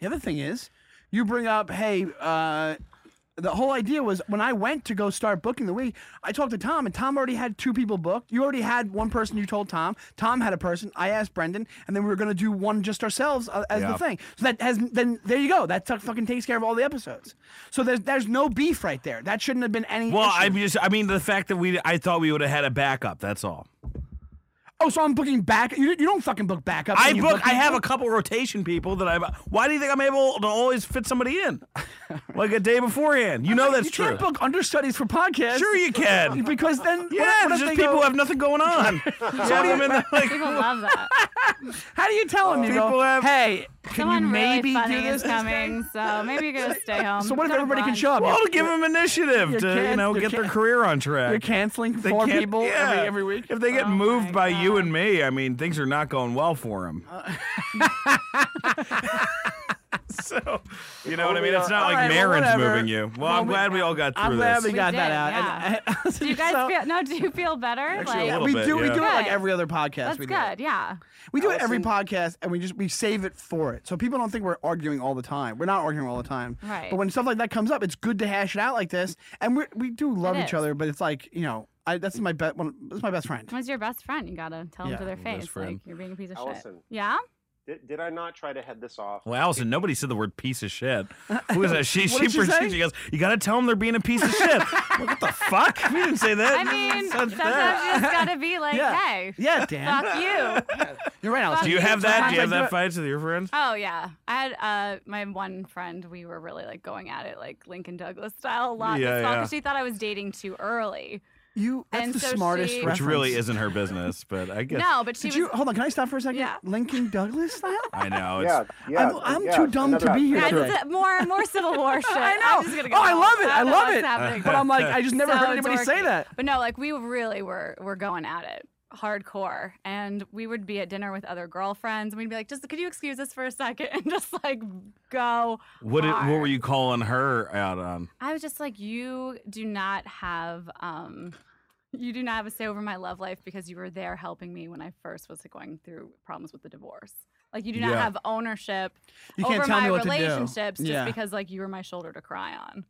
Speaker 2: the other thing is, you bring up, hey, uh, the whole idea was when I went to go start booking the week, I talked to Tom, and Tom already had two people booked. You already had one person you told Tom. Tom had a person. I asked Brendan, and then we were going to do one just ourselves uh, as
Speaker 1: Yeah.
Speaker 2: the thing. So that has, then there you go. That tuck fucking takes care of all the episodes. So there's, there's no beef right there. That shouldn't have been any.
Speaker 1: well,
Speaker 2: issue.
Speaker 1: I'm just, I mean, the fact that we, I thought we would have had a backup. That's all.
Speaker 2: Oh, so I'm booking back. You, you don't fucking book backup.
Speaker 1: I
Speaker 2: when you
Speaker 1: book. I
Speaker 2: people?
Speaker 1: have a couple rotation people that I. Why do you think I'm able to always fit somebody in, like a day beforehand? You know that's
Speaker 2: You
Speaker 1: true.
Speaker 2: can't book understudies for podcasts.
Speaker 1: sure you can.
Speaker 2: Because then, what-
Speaker 1: yeah,
Speaker 2: what if
Speaker 1: it's
Speaker 2: they
Speaker 1: just people
Speaker 2: go-
Speaker 1: who have nothing going on. Have them in the- like,
Speaker 3: People love that.
Speaker 2: How do you tell them? You
Speaker 1: People
Speaker 2: go,
Speaker 1: have-
Speaker 2: hey, can
Speaker 3: Someone
Speaker 2: you
Speaker 3: really
Speaker 2: maybe
Speaker 3: funny
Speaker 2: do this?
Speaker 3: is coming, so maybe you're gonna stay home.
Speaker 2: So what if
Speaker 3: Don't
Speaker 2: everybody can
Speaker 3: run.
Speaker 2: show up?
Speaker 1: well,
Speaker 2: You're-
Speaker 1: to give them initiative
Speaker 2: You're
Speaker 1: to you
Speaker 2: can-
Speaker 1: know
Speaker 2: you're
Speaker 1: get their
Speaker 2: can-
Speaker 1: career on track.
Speaker 2: You're canceling
Speaker 1: They
Speaker 2: four
Speaker 1: can't-
Speaker 2: people
Speaker 1: yeah.
Speaker 2: every, every week.
Speaker 1: If they get
Speaker 3: Oh
Speaker 1: moved
Speaker 3: my
Speaker 1: by you
Speaker 3: God.
Speaker 1: and me, I mean things are not going well for them.
Speaker 2: Uh,
Speaker 1: so you know what I mean? It's not
Speaker 2: All
Speaker 1: like
Speaker 2: right, well,
Speaker 1: Marin's
Speaker 2: whatever.
Speaker 1: moving you. Well, I'm
Speaker 2: we-
Speaker 1: glad we all got through
Speaker 2: I'm glad we
Speaker 1: this.
Speaker 2: got
Speaker 3: We
Speaker 2: that
Speaker 3: did,
Speaker 2: out.
Speaker 3: yeah.
Speaker 2: And-
Speaker 3: Do you guys feel? No, do you feel better?
Speaker 1: a
Speaker 3: like,
Speaker 1: little
Speaker 2: we
Speaker 1: bit,
Speaker 2: do. We
Speaker 1: yeah.
Speaker 2: do it like
Speaker 3: Good.
Speaker 2: every other podcast.
Speaker 3: that's
Speaker 2: we do.
Speaker 3: good. Yeah.
Speaker 2: We do it every
Speaker 4: Allison-
Speaker 2: podcast, and we just we save it for it, so people don't think we're arguing all the time. We're not arguing all the time.
Speaker 3: Right.
Speaker 2: But when stuff like that comes up, it's good to hash it out like this, and we we do love
Speaker 3: It
Speaker 2: each
Speaker 3: is.
Speaker 2: other. But it's like you know, I that's my best one. That's my best friend.
Speaker 3: When's your best friend? You gotta tell
Speaker 2: Yeah,
Speaker 3: them to their
Speaker 1: my
Speaker 3: face,
Speaker 1: best friend.
Speaker 3: like you're being a piece of shit.
Speaker 4: Allison.
Speaker 3: Yeah.
Speaker 4: Did, did I not try to head this off?
Speaker 1: Well, Allison, nobody said the word piece of shit. Who is that? She,
Speaker 2: What
Speaker 1: she,
Speaker 2: did she
Speaker 1: per-
Speaker 2: say?
Speaker 1: she goes, You got to tell them they're being a piece of shit. I'm like, what the fuck? You didn't say that.
Speaker 3: I mean,
Speaker 1: You said
Speaker 3: sometimes you
Speaker 1: that.
Speaker 3: just gotta be like,
Speaker 2: Yeah.
Speaker 3: hey,
Speaker 2: Yeah, Dan.
Speaker 3: fuck you.
Speaker 2: You're right, Allison.
Speaker 1: Do you have that? Do you have
Speaker 2: Sometimes I do
Speaker 1: that
Speaker 2: it-
Speaker 1: fights with your friends?
Speaker 3: Oh yeah, I had uh, my one friend. We were really like going at it, like Lincoln Douglas style, a lot.
Speaker 1: Yeah,
Speaker 3: Yeah,
Speaker 1: yeah.
Speaker 3: She thought I was dating too early.
Speaker 2: You that's
Speaker 3: And
Speaker 2: the
Speaker 3: so
Speaker 2: smartest
Speaker 3: she-
Speaker 1: which really
Speaker 2: reference.
Speaker 1: isn't her business, but I guess
Speaker 3: No, but she
Speaker 2: Did
Speaker 3: was.
Speaker 2: you hold on? Can I stop for a second?
Speaker 3: Yeah.
Speaker 2: Linking Douglas style.
Speaker 1: I know. It's,
Speaker 4: yeah, yeah.
Speaker 2: I'm- I'm
Speaker 4: yeah,
Speaker 2: too dumb to
Speaker 4: another-
Speaker 2: be here
Speaker 3: Yeah,
Speaker 2: today.
Speaker 3: just, uh, more more Civil War shit.
Speaker 2: I
Speaker 3: I'm
Speaker 2: know.
Speaker 3: just gonna
Speaker 2: Oh,
Speaker 3: go
Speaker 2: I love
Speaker 3: off.
Speaker 2: it. I
Speaker 3: don't
Speaker 2: love
Speaker 3: know what's
Speaker 2: it.
Speaker 3: happening.
Speaker 2: But I'm like, I just never
Speaker 3: So
Speaker 2: heard anybody say
Speaker 3: dorky.
Speaker 2: that.
Speaker 3: But no, like we really were were going at it hardcore, and we would be at dinner with other girlfriends, and we'd be like, just could you excuse us for a second, and just like go.
Speaker 1: what it, what
Speaker 3: hard.
Speaker 1: were you calling her out on?
Speaker 3: I was just like, you do not have um, you do not have a say over my love life because you were there helping me when I first was going through problems with the divorce. Like you do not
Speaker 1: Yeah.
Speaker 3: have ownership
Speaker 2: You
Speaker 3: over
Speaker 2: can't tell
Speaker 3: my
Speaker 2: me what to do.
Speaker 3: relationships just
Speaker 2: Yeah.
Speaker 3: because like you were my shoulder to cry on.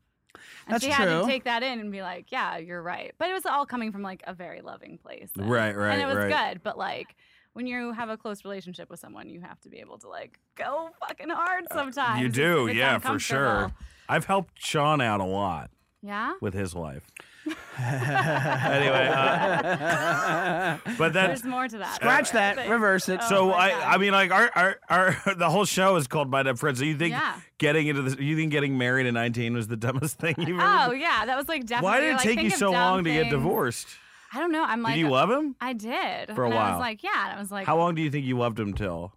Speaker 3: And
Speaker 2: That's
Speaker 3: she had
Speaker 2: true.
Speaker 3: to take that in and be like, yeah, you're right. But it was all coming from like a very loving place. and-
Speaker 1: Right, right,
Speaker 3: And it was
Speaker 1: right.
Speaker 3: good, but like when you have a close relationship with someone, you have to be able to like go fucking hard sometimes.
Speaker 1: Uh, You
Speaker 3: It's-
Speaker 1: do,
Speaker 3: it's
Speaker 1: yeah, for sure.
Speaker 3: uncomfortable.
Speaker 1: I've helped Sean out a lot
Speaker 3: Yeah.
Speaker 1: with his life. Anyway,
Speaker 2: uh,
Speaker 1: but that's
Speaker 3: There's more to that.
Speaker 2: scratch that,
Speaker 3: But-
Speaker 2: reverse it.
Speaker 3: Oh
Speaker 1: so.
Speaker 3: my God.
Speaker 1: I I mean, like our our, our the whole show is called My Dead Friends. So you think
Speaker 3: Yeah.
Speaker 1: getting into this? You think getting married at 19 was the dumbest thing you've ever?
Speaker 3: Oh yeah, that was like definitely.
Speaker 1: Why did it
Speaker 3: like,
Speaker 1: take
Speaker 3: think
Speaker 1: you
Speaker 3: of
Speaker 1: so
Speaker 3: dumb
Speaker 1: long to get
Speaker 3: things.
Speaker 1: divorced?
Speaker 3: I don't know. I'm like,
Speaker 1: did you love him?
Speaker 3: I did
Speaker 1: for a
Speaker 3: and I
Speaker 1: while?
Speaker 3: was like, yeah, and I was like,
Speaker 1: How long do you think you loved him till?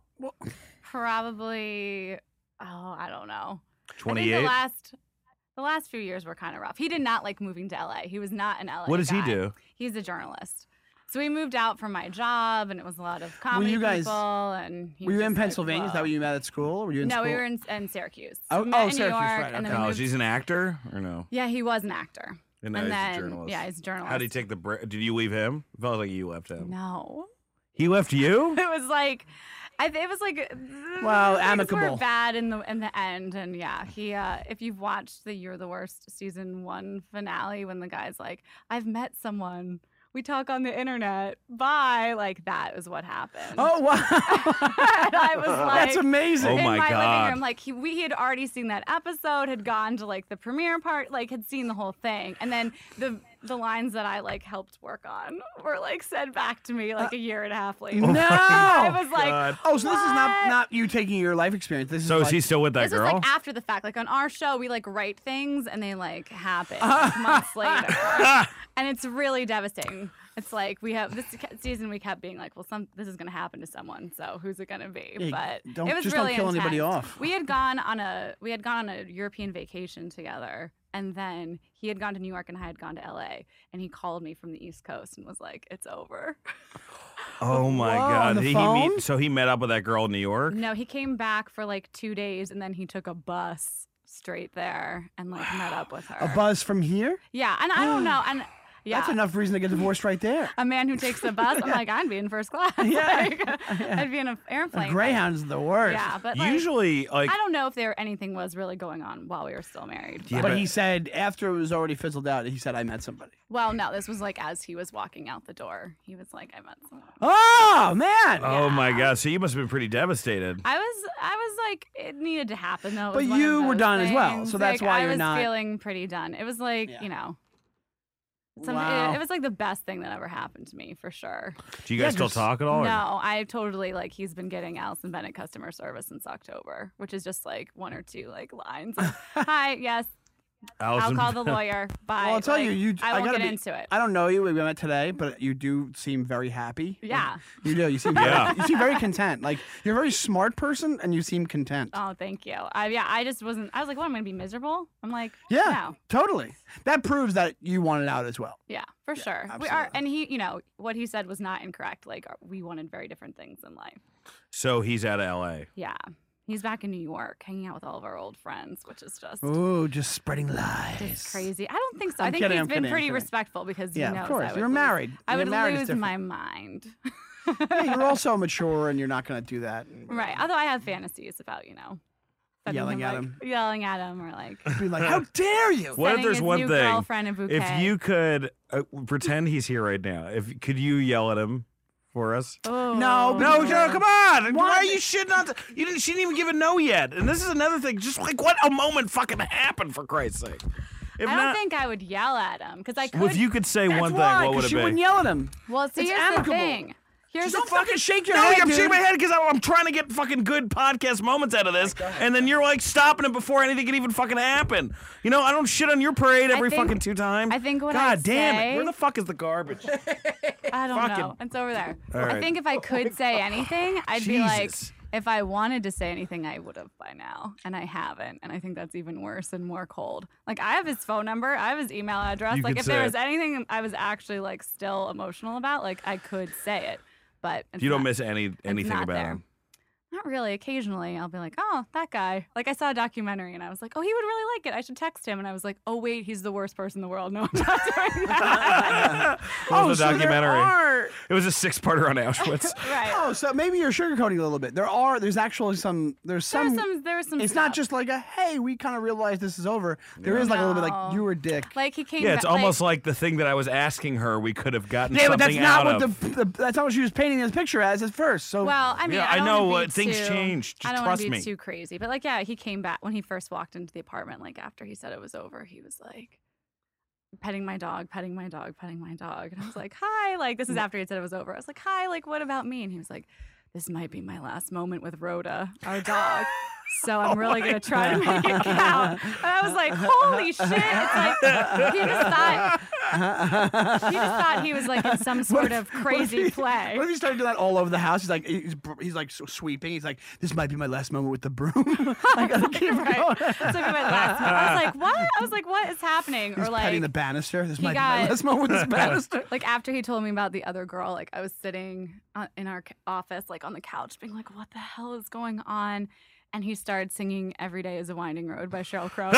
Speaker 3: probably. Oh, I don't know. I think
Speaker 1: 28.
Speaker 3: the last the last few years were kind of rough. He did not like moving to LA. He was not an LA.
Speaker 1: What does he
Speaker 3: guy.
Speaker 1: do?
Speaker 3: He's a journalist. So he moved out from my job, and it was a lot of comedy
Speaker 2: you guys-
Speaker 3: people. And he
Speaker 2: were
Speaker 3: was
Speaker 2: you in
Speaker 3: just like,
Speaker 2: Pennsylvania? Is that
Speaker 3: "Whoa."
Speaker 2: what you met at school? Were you in
Speaker 3: no,
Speaker 2: school?
Speaker 3: we were in, in Syracuse.
Speaker 2: Oh- oh,
Speaker 3: We met in New
Speaker 2: Syracuse,
Speaker 3: York,
Speaker 2: right,
Speaker 3: and then we
Speaker 1: Oh,
Speaker 3: moved-
Speaker 1: she's an actor or no?
Speaker 3: yeah, he was an actor,
Speaker 1: And,
Speaker 3: and
Speaker 1: he's
Speaker 3: then
Speaker 1: a journalist.
Speaker 3: yeah, he's a journalist.
Speaker 1: How did he take the break? Did you leave him? It felt like you left him.
Speaker 3: No,
Speaker 1: He left you?
Speaker 3: it was like, I, th- it was like,
Speaker 2: Well,
Speaker 3: things were
Speaker 2: amicable.
Speaker 3: bad in the in the end, and yeah, he. Uh, if you've watched the "You're the Worst" season one finale, when the guy's like, "I've met someone, we talk on the internet, bye," like that is what happened.
Speaker 2: Oh
Speaker 3: and
Speaker 2: wow,
Speaker 3: I was like,
Speaker 2: that's amazing.
Speaker 1: Oh
Speaker 3: in
Speaker 1: my
Speaker 3: my,
Speaker 1: God.
Speaker 3: living room. Like he, we he had already seen that episode, had gone to like the premiere part, like had seen the whole thing, and then the the lines that I like helped work on were like said back to me
Speaker 2: Uh,
Speaker 3: like a year and a half later.
Speaker 2: no.
Speaker 3: I was like.
Speaker 1: God.
Speaker 2: Oh, so this is not
Speaker 3: What?
Speaker 2: not you taking your life experience. This is
Speaker 1: So is
Speaker 2: like-
Speaker 1: he still with that
Speaker 3: This was
Speaker 1: girl?
Speaker 3: like after the fact. Like on our show, we like write things and they like happen like, months later,
Speaker 1: Ah!
Speaker 3: and it's really devastating. It's like we have this ca- season. We kept being like, "Well, some this is going to happen to someone. So who's it going to be?"
Speaker 2: Yeah,
Speaker 3: But
Speaker 2: don't-
Speaker 3: it was
Speaker 2: just don't
Speaker 3: really
Speaker 2: kill anybody
Speaker 3: intense.
Speaker 2: off.
Speaker 3: We had gone on a we had gone on a European vacation together, and then he had gone to New York and I had gone to L.A. And he called me from the East Coast and was like, "It's over."
Speaker 1: oh my
Speaker 2: Whoa, on
Speaker 1: god.
Speaker 2: the
Speaker 1: Did he
Speaker 2: phone?
Speaker 1: meet so he met up with that girl in New York?
Speaker 3: No, he came back for like two days, and then he took a bus straight there and like met up with her.
Speaker 2: a buzz from here.
Speaker 3: Yeah, and I don't know, and yeah,
Speaker 2: That's enough reason to get divorced right there.
Speaker 3: a man who takes the bus. I'm like, I'd be in first class.
Speaker 2: Yeah.
Speaker 3: Like, I'd be in an airplane. but-
Speaker 2: Greyhound's the worst.
Speaker 3: Yeah, but like,
Speaker 1: Usually like
Speaker 3: I don't know if there anything was really going on while we were still married.
Speaker 1: Yeah,
Speaker 3: but-
Speaker 2: But
Speaker 1: but-
Speaker 2: he said after it was already fizzled out, he said I met somebody.
Speaker 3: well, no, this was like as he was walking out the door, he was like, I met someone.
Speaker 2: Oh man!
Speaker 1: Oh my god. So you must have been pretty devastated.
Speaker 3: I was, I was like, it needed to happen though. It was
Speaker 2: But
Speaker 3: one of
Speaker 2: you were
Speaker 3: those
Speaker 2: done as well, so
Speaker 3: things,
Speaker 2: that's
Speaker 3: like,
Speaker 2: why
Speaker 3: I
Speaker 2: you're
Speaker 3: was
Speaker 2: not-
Speaker 3: feeling pretty done. It was like,
Speaker 2: Yeah.
Speaker 3: you know. Some,
Speaker 2: Wow.
Speaker 3: it, it was like the best thing that ever happened to me, for sure.
Speaker 1: Do you
Speaker 2: Yeah,
Speaker 1: guys still
Speaker 2: 'cause-
Speaker 1: talk at all? or-
Speaker 3: No, I totally like he's been getting Allison Bennett customer service since October, which is just like one or two like lines. of, Hi, yes, I'll
Speaker 1: Allison-
Speaker 3: call the lawyer. Bye.
Speaker 2: Well, I'll tell
Speaker 3: Like,
Speaker 2: you, you.
Speaker 3: I
Speaker 2: I
Speaker 3: won't
Speaker 2: gotta
Speaker 3: get
Speaker 2: be-
Speaker 3: into it.
Speaker 2: I don't know you. We met today, but you do seem very happy. Like,
Speaker 3: Yeah.
Speaker 2: you do. You seem.
Speaker 1: Yeah.
Speaker 2: Very, you seem very content. Like you're a very smart person, and you seem content.
Speaker 3: Oh, thank you. I, yeah, I just wasn't. I was like, "What? I'm gonna be miserable." I'm like,
Speaker 2: yeah,
Speaker 3: no.
Speaker 2: totally. That proves that you wanted out as well.
Speaker 3: yeah, for sure. We
Speaker 2: absolutely.
Speaker 3: are, and he, you know, what he said was not incorrect. Like, uh, we wanted very different things in life.
Speaker 1: So he's out of LA.
Speaker 3: Yeah, he's back in New York, hanging out with all of our old friends, which is just.
Speaker 2: Ooh, just spreading lies.
Speaker 3: Just crazy. I don't think so. i
Speaker 2: I'm
Speaker 3: think
Speaker 2: kidding,
Speaker 3: he's
Speaker 2: I'm
Speaker 3: been
Speaker 2: kidding, I'm
Speaker 3: pretty
Speaker 2: kidding.
Speaker 3: respectful because
Speaker 2: Yeah,
Speaker 3: he
Speaker 2: of
Speaker 3: knows
Speaker 2: course.
Speaker 3: I would
Speaker 2: You're
Speaker 3: lose-
Speaker 2: married.
Speaker 3: I
Speaker 2: You're
Speaker 3: would
Speaker 2: married is
Speaker 3: lose
Speaker 2: different.
Speaker 3: my mind.
Speaker 2: Yeah, you're also mature, and you're not going to do that.
Speaker 3: right. Although I have fantasies about you know sending
Speaker 2: Yelling at
Speaker 3: like-
Speaker 2: him.
Speaker 3: yelling at him, or like
Speaker 2: Be like, how dare you?
Speaker 1: What if
Speaker 3: sending
Speaker 1: there's
Speaker 3: his
Speaker 1: one
Speaker 3: new
Speaker 1: thing?
Speaker 3: girlfriend a bouquet.
Speaker 1: If you could uh, pretend he's here right now, if could you yell at him for us?
Speaker 2: No,
Speaker 3: Oh.
Speaker 1: No, Joe, come on! Why
Speaker 2: Why
Speaker 1: are
Speaker 2: did-
Speaker 1: you shitting on? You didn't. She didn't even give a no yet. And this is another thing. Just like what a moment fucking happened for Christ's sake. If
Speaker 3: I don't
Speaker 1: not,
Speaker 3: think I would yell at him because I could.
Speaker 1: if you could say
Speaker 2: That's
Speaker 1: one thing,
Speaker 2: why,
Speaker 1: what
Speaker 2: 'cause
Speaker 1: would it
Speaker 2: she
Speaker 1: be?
Speaker 2: wouldn't yell at him.
Speaker 3: well, see,
Speaker 2: it's
Speaker 3: here's
Speaker 2: amicable.
Speaker 3: the thing. Here's
Speaker 1: Just
Speaker 3: the
Speaker 1: don't fucking shake your
Speaker 2: No,
Speaker 1: head.
Speaker 2: I'm
Speaker 1: I'm
Speaker 2: shaking
Speaker 1: shaking my head because I'm trying to get fucking good podcast moments out of this, and then you're like stopping it before anything can even fucking happen. You know, I don't shit on your parade every
Speaker 3: think-
Speaker 1: fucking two times.
Speaker 3: I think what
Speaker 1: God
Speaker 3: I'd
Speaker 1: damn it!
Speaker 3: say-
Speaker 1: Where the fuck is the garbage?
Speaker 3: I don't
Speaker 1: Fucking-
Speaker 3: know. It's over there.
Speaker 1: All
Speaker 3: I
Speaker 1: right. Oh
Speaker 3: think if I could say anything, I'd be like,
Speaker 1: Jesus.
Speaker 3: if I wanted to say anything, I would have by now, and I haven't, and I think that's even worse and more cold. Like I have his phone number, I have his email address.
Speaker 1: You
Speaker 3: like
Speaker 1: could
Speaker 3: if there
Speaker 1: say
Speaker 3: was
Speaker 1: it.
Speaker 3: anything I was actually like still emotional about, like I could say it, but it's
Speaker 1: you don't
Speaker 3: not-
Speaker 1: miss any anything
Speaker 3: not
Speaker 1: about
Speaker 3: there.
Speaker 1: him.
Speaker 3: Not really. Occasionally, I'll be like, "Oh, that guy." Like I saw a documentary, and I was like, "Oh, he would really like it. I should text him." And I was like, "Oh, wait, he's the worst person in the world. No, I'm not doing that."
Speaker 1: What
Speaker 2: oh,
Speaker 1: was the
Speaker 2: so there
Speaker 1: documentary?
Speaker 2: are.
Speaker 1: It was a six-parter on Auschwitz.
Speaker 3: right.
Speaker 2: Oh, so maybe you're sugarcoating a little bit. There are. There's actually some. There's
Speaker 3: There was
Speaker 2: some.
Speaker 3: some. There was some.
Speaker 2: it's
Speaker 3: stuff.
Speaker 2: not just like a hey, we kind of realize this is over. There is like a little bit like
Speaker 3: No.
Speaker 2: you were a dick.
Speaker 3: like he came.
Speaker 1: yeah, it's
Speaker 3: back,
Speaker 1: almost like the thing that I was asking her. We could have gotten
Speaker 2: Yeah, but
Speaker 1: something
Speaker 2: that's not
Speaker 1: out
Speaker 2: what
Speaker 1: of.
Speaker 2: the, the that's not what she was painting this picture as at first. So
Speaker 3: Well, I mean,
Speaker 1: Yeah,
Speaker 3: I,
Speaker 1: I
Speaker 3: don't
Speaker 1: know,
Speaker 3: wanna
Speaker 1: uh,
Speaker 3: be
Speaker 1: things
Speaker 3: too-
Speaker 1: change. Just
Speaker 3: I don't wanna
Speaker 1: trust
Speaker 3: be
Speaker 1: me.
Speaker 3: too crazy, but like, yeah, he came back when he first walked into the apartment. Like after he said it was over, he was like petting my dog, petting my dog, petting my dog, and I was like, "Hi!" Like this is after he said it was over. I was like, "Hi!" Like what about me? And he was like, "This might be my last moment with Rhoda, our dog." So I'm
Speaker 1: Oh
Speaker 3: really gonna try to make it count. And I was like, "Holy shit!" It's like he just thought he just thought he was like in some sort of crazy play.
Speaker 2: What if he started doing that all over the house? He's like he's, he's like so sweeping. He's like this might be my last moment with the broom. I gotta keep
Speaker 3: right.
Speaker 2: going.
Speaker 3: So we went last. I was like, what? I was like, what is happening?
Speaker 2: He's
Speaker 3: or like,
Speaker 2: petting the banister. This
Speaker 3: he
Speaker 2: might be my
Speaker 3: got-
Speaker 2: last moment with this banister.
Speaker 3: like after he told me about the other girl, like I was sitting on, in our c- office, like on the couch, being like, what the hell is going on? And he started singing "Every Day Is a Winding Road" by Cheryl Crow,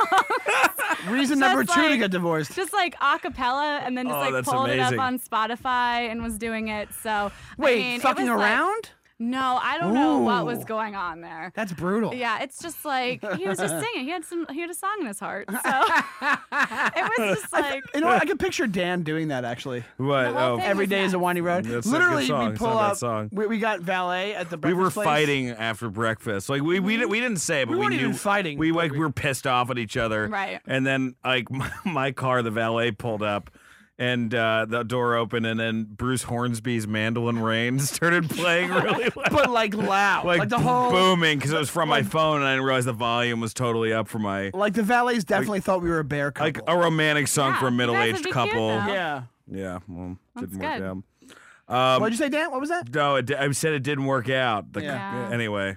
Speaker 2: Reason
Speaker 3: Just
Speaker 2: number two to
Speaker 3: like-
Speaker 2: get divorced.
Speaker 3: just like a cappella, and then just
Speaker 1: Oh,
Speaker 3: like
Speaker 1: that's
Speaker 3: pulled it
Speaker 1: amazing.
Speaker 3: up on Spotify and was doing it. So
Speaker 2: Wait,
Speaker 3: I mean, it
Speaker 2: fucking
Speaker 3: was, like-
Speaker 2: around?
Speaker 3: no, I don't know what
Speaker 2: Ooh.
Speaker 3: was going on there.
Speaker 2: That's brutal.
Speaker 3: Yeah, it's just like he was just singing. He had some. He had a song in his heart. So it was just like
Speaker 2: You know, what? I can picture Dan doing that actually.
Speaker 1: What?
Speaker 3: The whole
Speaker 1: Oh,
Speaker 3: thing
Speaker 2: Every
Speaker 3: was
Speaker 2: day is a
Speaker 3: nuts.
Speaker 2: winding road.
Speaker 1: That's a good
Speaker 2: Literally,
Speaker 1: song.
Speaker 2: we
Speaker 1: It's
Speaker 2: pull
Speaker 1: not a bad
Speaker 2: up.
Speaker 1: song.
Speaker 2: We, we got valet at the
Speaker 1: we
Speaker 2: breakfast
Speaker 1: were
Speaker 2: place.
Speaker 1: fighting after breakfast. Like we we, didn't, we didn't say, it, but
Speaker 2: We
Speaker 1: we,
Speaker 2: weren't
Speaker 1: knew
Speaker 2: even fighting,
Speaker 1: We
Speaker 2: but
Speaker 1: like
Speaker 2: we-
Speaker 1: we were pissed off at each other.
Speaker 3: Right.
Speaker 1: And then like my, my car, the valet pulled up. And uh, the door opened, and then Bruce Hornsby's "Mandolin Rain" started playing really loud,
Speaker 2: but like loud, like,
Speaker 1: like,
Speaker 2: the whole.
Speaker 1: booming, because it was from my phone, and I didn't realize the volume was totally up for my
Speaker 2: Like the valets definitely thought we were a bear couple.
Speaker 1: like a romantic song
Speaker 3: Yeah,
Speaker 1: for a
Speaker 3: you guys would
Speaker 1: middle-aged
Speaker 3: be cute,
Speaker 1: couple.
Speaker 3: though.
Speaker 2: yeah.
Speaker 1: yeah, well,
Speaker 3: That's
Speaker 1: didn't work
Speaker 3: good.
Speaker 1: out. Um,
Speaker 2: What'd you say, Dan? What was that?
Speaker 1: No, it, di- I said it didn't work out. The,
Speaker 3: Yeah. Yeah.
Speaker 1: Anyway,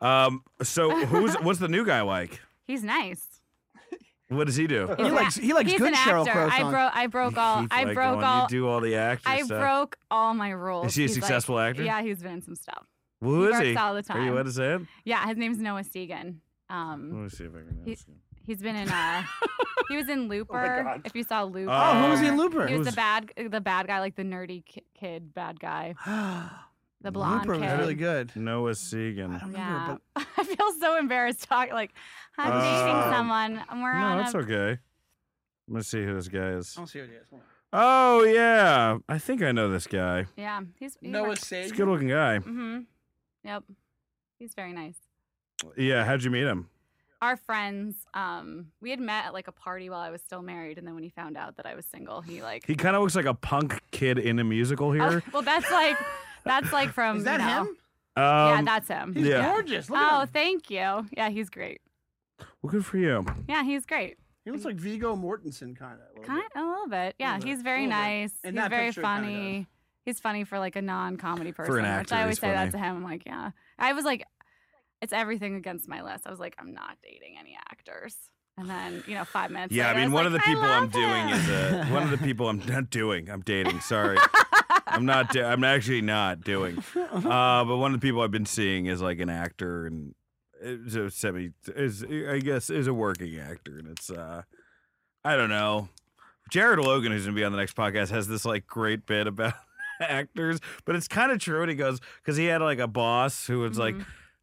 Speaker 1: um, so who's what's the new guy like?
Speaker 3: he's nice.
Speaker 1: What does he do?
Speaker 3: He's an
Speaker 2: likes-
Speaker 3: ac-
Speaker 2: he likes
Speaker 3: he's
Speaker 2: good
Speaker 3: an
Speaker 2: Sheryl
Speaker 3: actor.
Speaker 2: Crow
Speaker 3: I
Speaker 2: songs.
Speaker 3: broke. I broke all.
Speaker 1: He's
Speaker 3: I
Speaker 1: like
Speaker 3: broke
Speaker 1: going,
Speaker 3: all.
Speaker 1: You do all the actors.
Speaker 3: I
Speaker 1: stuff.
Speaker 3: broke all my rules.
Speaker 1: Is he a
Speaker 3: He's like-
Speaker 1: successful actor?
Speaker 3: Yeah, he's been in some stuff.
Speaker 1: Who
Speaker 3: he
Speaker 1: is
Speaker 3: works
Speaker 1: he?
Speaker 3: all the
Speaker 1: Are you Hmm.
Speaker 3: time.
Speaker 1: allowed to say it?
Speaker 3: Yeah, his name's Noah Stegan.
Speaker 1: Let
Speaker 3: Um,
Speaker 1: me see if I can.
Speaker 3: He-
Speaker 1: ask him.
Speaker 3: he's been in. Uh, he was in Looper.
Speaker 4: God.
Speaker 3: if you saw Looper.
Speaker 1: Oh,
Speaker 2: who was he in Looper?
Speaker 3: He was
Speaker 1: Who's-
Speaker 3: the bad, the bad guy, like the nerdy ki- kid, bad guy, the blonde
Speaker 2: Looper was
Speaker 3: kid.
Speaker 2: really good.
Speaker 1: Noah
Speaker 2: I
Speaker 1: Segan.
Speaker 2: don't
Speaker 3: Yeah,
Speaker 2: remember,
Speaker 3: I feel so embarrassed talking. Like I'm
Speaker 1: Um,
Speaker 3: dating someone. and We're
Speaker 1: No,
Speaker 3: on
Speaker 1: that's
Speaker 3: a
Speaker 1: okay. Let me see who this guy is.
Speaker 2: but I'll see what it is. Hold on.
Speaker 1: Oh yeah, I think I know this guy.
Speaker 3: yeah. He's he
Speaker 2: Noah
Speaker 3: works-
Speaker 1: He's a
Speaker 2: Sage.
Speaker 1: good-looking guy.
Speaker 3: Mm-hmm. Yep. He's very nice.
Speaker 1: Yeah, how'd you meet him?
Speaker 3: Our friends, um, we had met at like a party while I was still married, and then when he found out that I was single, he like
Speaker 1: He kind of looks like a punk kid in a musical
Speaker 3: Oh,
Speaker 1: here.
Speaker 3: well, that's like that's like from
Speaker 2: Is
Speaker 3: you
Speaker 2: that
Speaker 3: know-
Speaker 2: him?
Speaker 3: Oh. Yeah,
Speaker 1: Um,
Speaker 3: that's him.
Speaker 2: He's
Speaker 1: yeah.
Speaker 2: gorgeous. Look at
Speaker 3: oh,
Speaker 2: him.
Speaker 3: thank you. Yeah, he's great.
Speaker 1: well, good for you.
Speaker 3: Yeah, he's great.
Speaker 2: He looks like Vigo Mortensen kind of.
Speaker 3: Kind a little bit. Yeah,
Speaker 2: Little bit,
Speaker 3: he's very
Speaker 2: little bit.
Speaker 3: nice.
Speaker 2: In
Speaker 3: he's
Speaker 2: that
Speaker 3: very
Speaker 2: picture, it kinda
Speaker 3: funny. He's funny for like a non-comedy person,
Speaker 1: an
Speaker 3: which
Speaker 1: actor,
Speaker 3: I always
Speaker 1: he's
Speaker 3: say
Speaker 1: funny.
Speaker 3: that to him. I'm like, yeah. I was like, it's everything against my list. I was like, I'm not dating any actors. And then you know, five minutes.
Speaker 1: Yeah, I
Speaker 3: later,
Speaker 1: mean,
Speaker 3: was
Speaker 1: one of the
Speaker 3: like,
Speaker 1: people
Speaker 3: I
Speaker 1: I'm
Speaker 3: love
Speaker 1: doing
Speaker 3: him.
Speaker 1: is uh, one of the people I'm not doing. I'm dating. Sorry, I'm not. Do- I'm actually not doing.
Speaker 2: Uh-huh.
Speaker 1: Uh, but one of the people I've been seeing is like an actor and is a semi is I guess is a working actor, and it's uh, I don't know. Jared Logan, who's gonna be on the next podcast, has this like great bit about actors, but it's kind of true. And he goes because he had like a boss who was like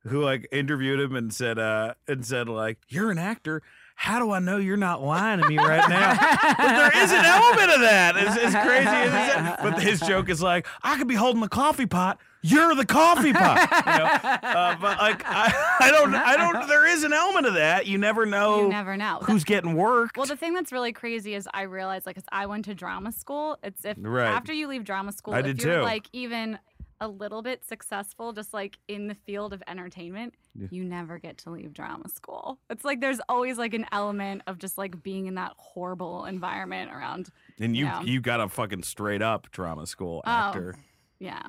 Speaker 1: who like interviewed him and said uh and said like you're an actor how do I know you're not lying to me right now? but there is an element of that. As, as crazy as it is. But his joke is like, I could be holding the coffee pot. You're the coffee pot. You know? uh, but like, I, I don't, I don't. There is an element of that. You never know
Speaker 3: you never know. The-
Speaker 1: who's getting worked.
Speaker 3: well, the thing that's really crazy is I realized, like, 'cause I went to drama school. It's if
Speaker 1: Right.
Speaker 3: after you leave drama school,
Speaker 1: I
Speaker 3: if
Speaker 1: did
Speaker 3: you're
Speaker 1: too.
Speaker 3: like even a little bit successful, just like in the field of entertainment,
Speaker 1: Yeah.
Speaker 3: you never get to leave drama school. It's like there's always like an element of just like being in that horrible environment around.
Speaker 1: and you,
Speaker 3: Yeah.
Speaker 1: you got a fucking straight up drama school
Speaker 3: Oh.
Speaker 1: actor.
Speaker 3: Yeah,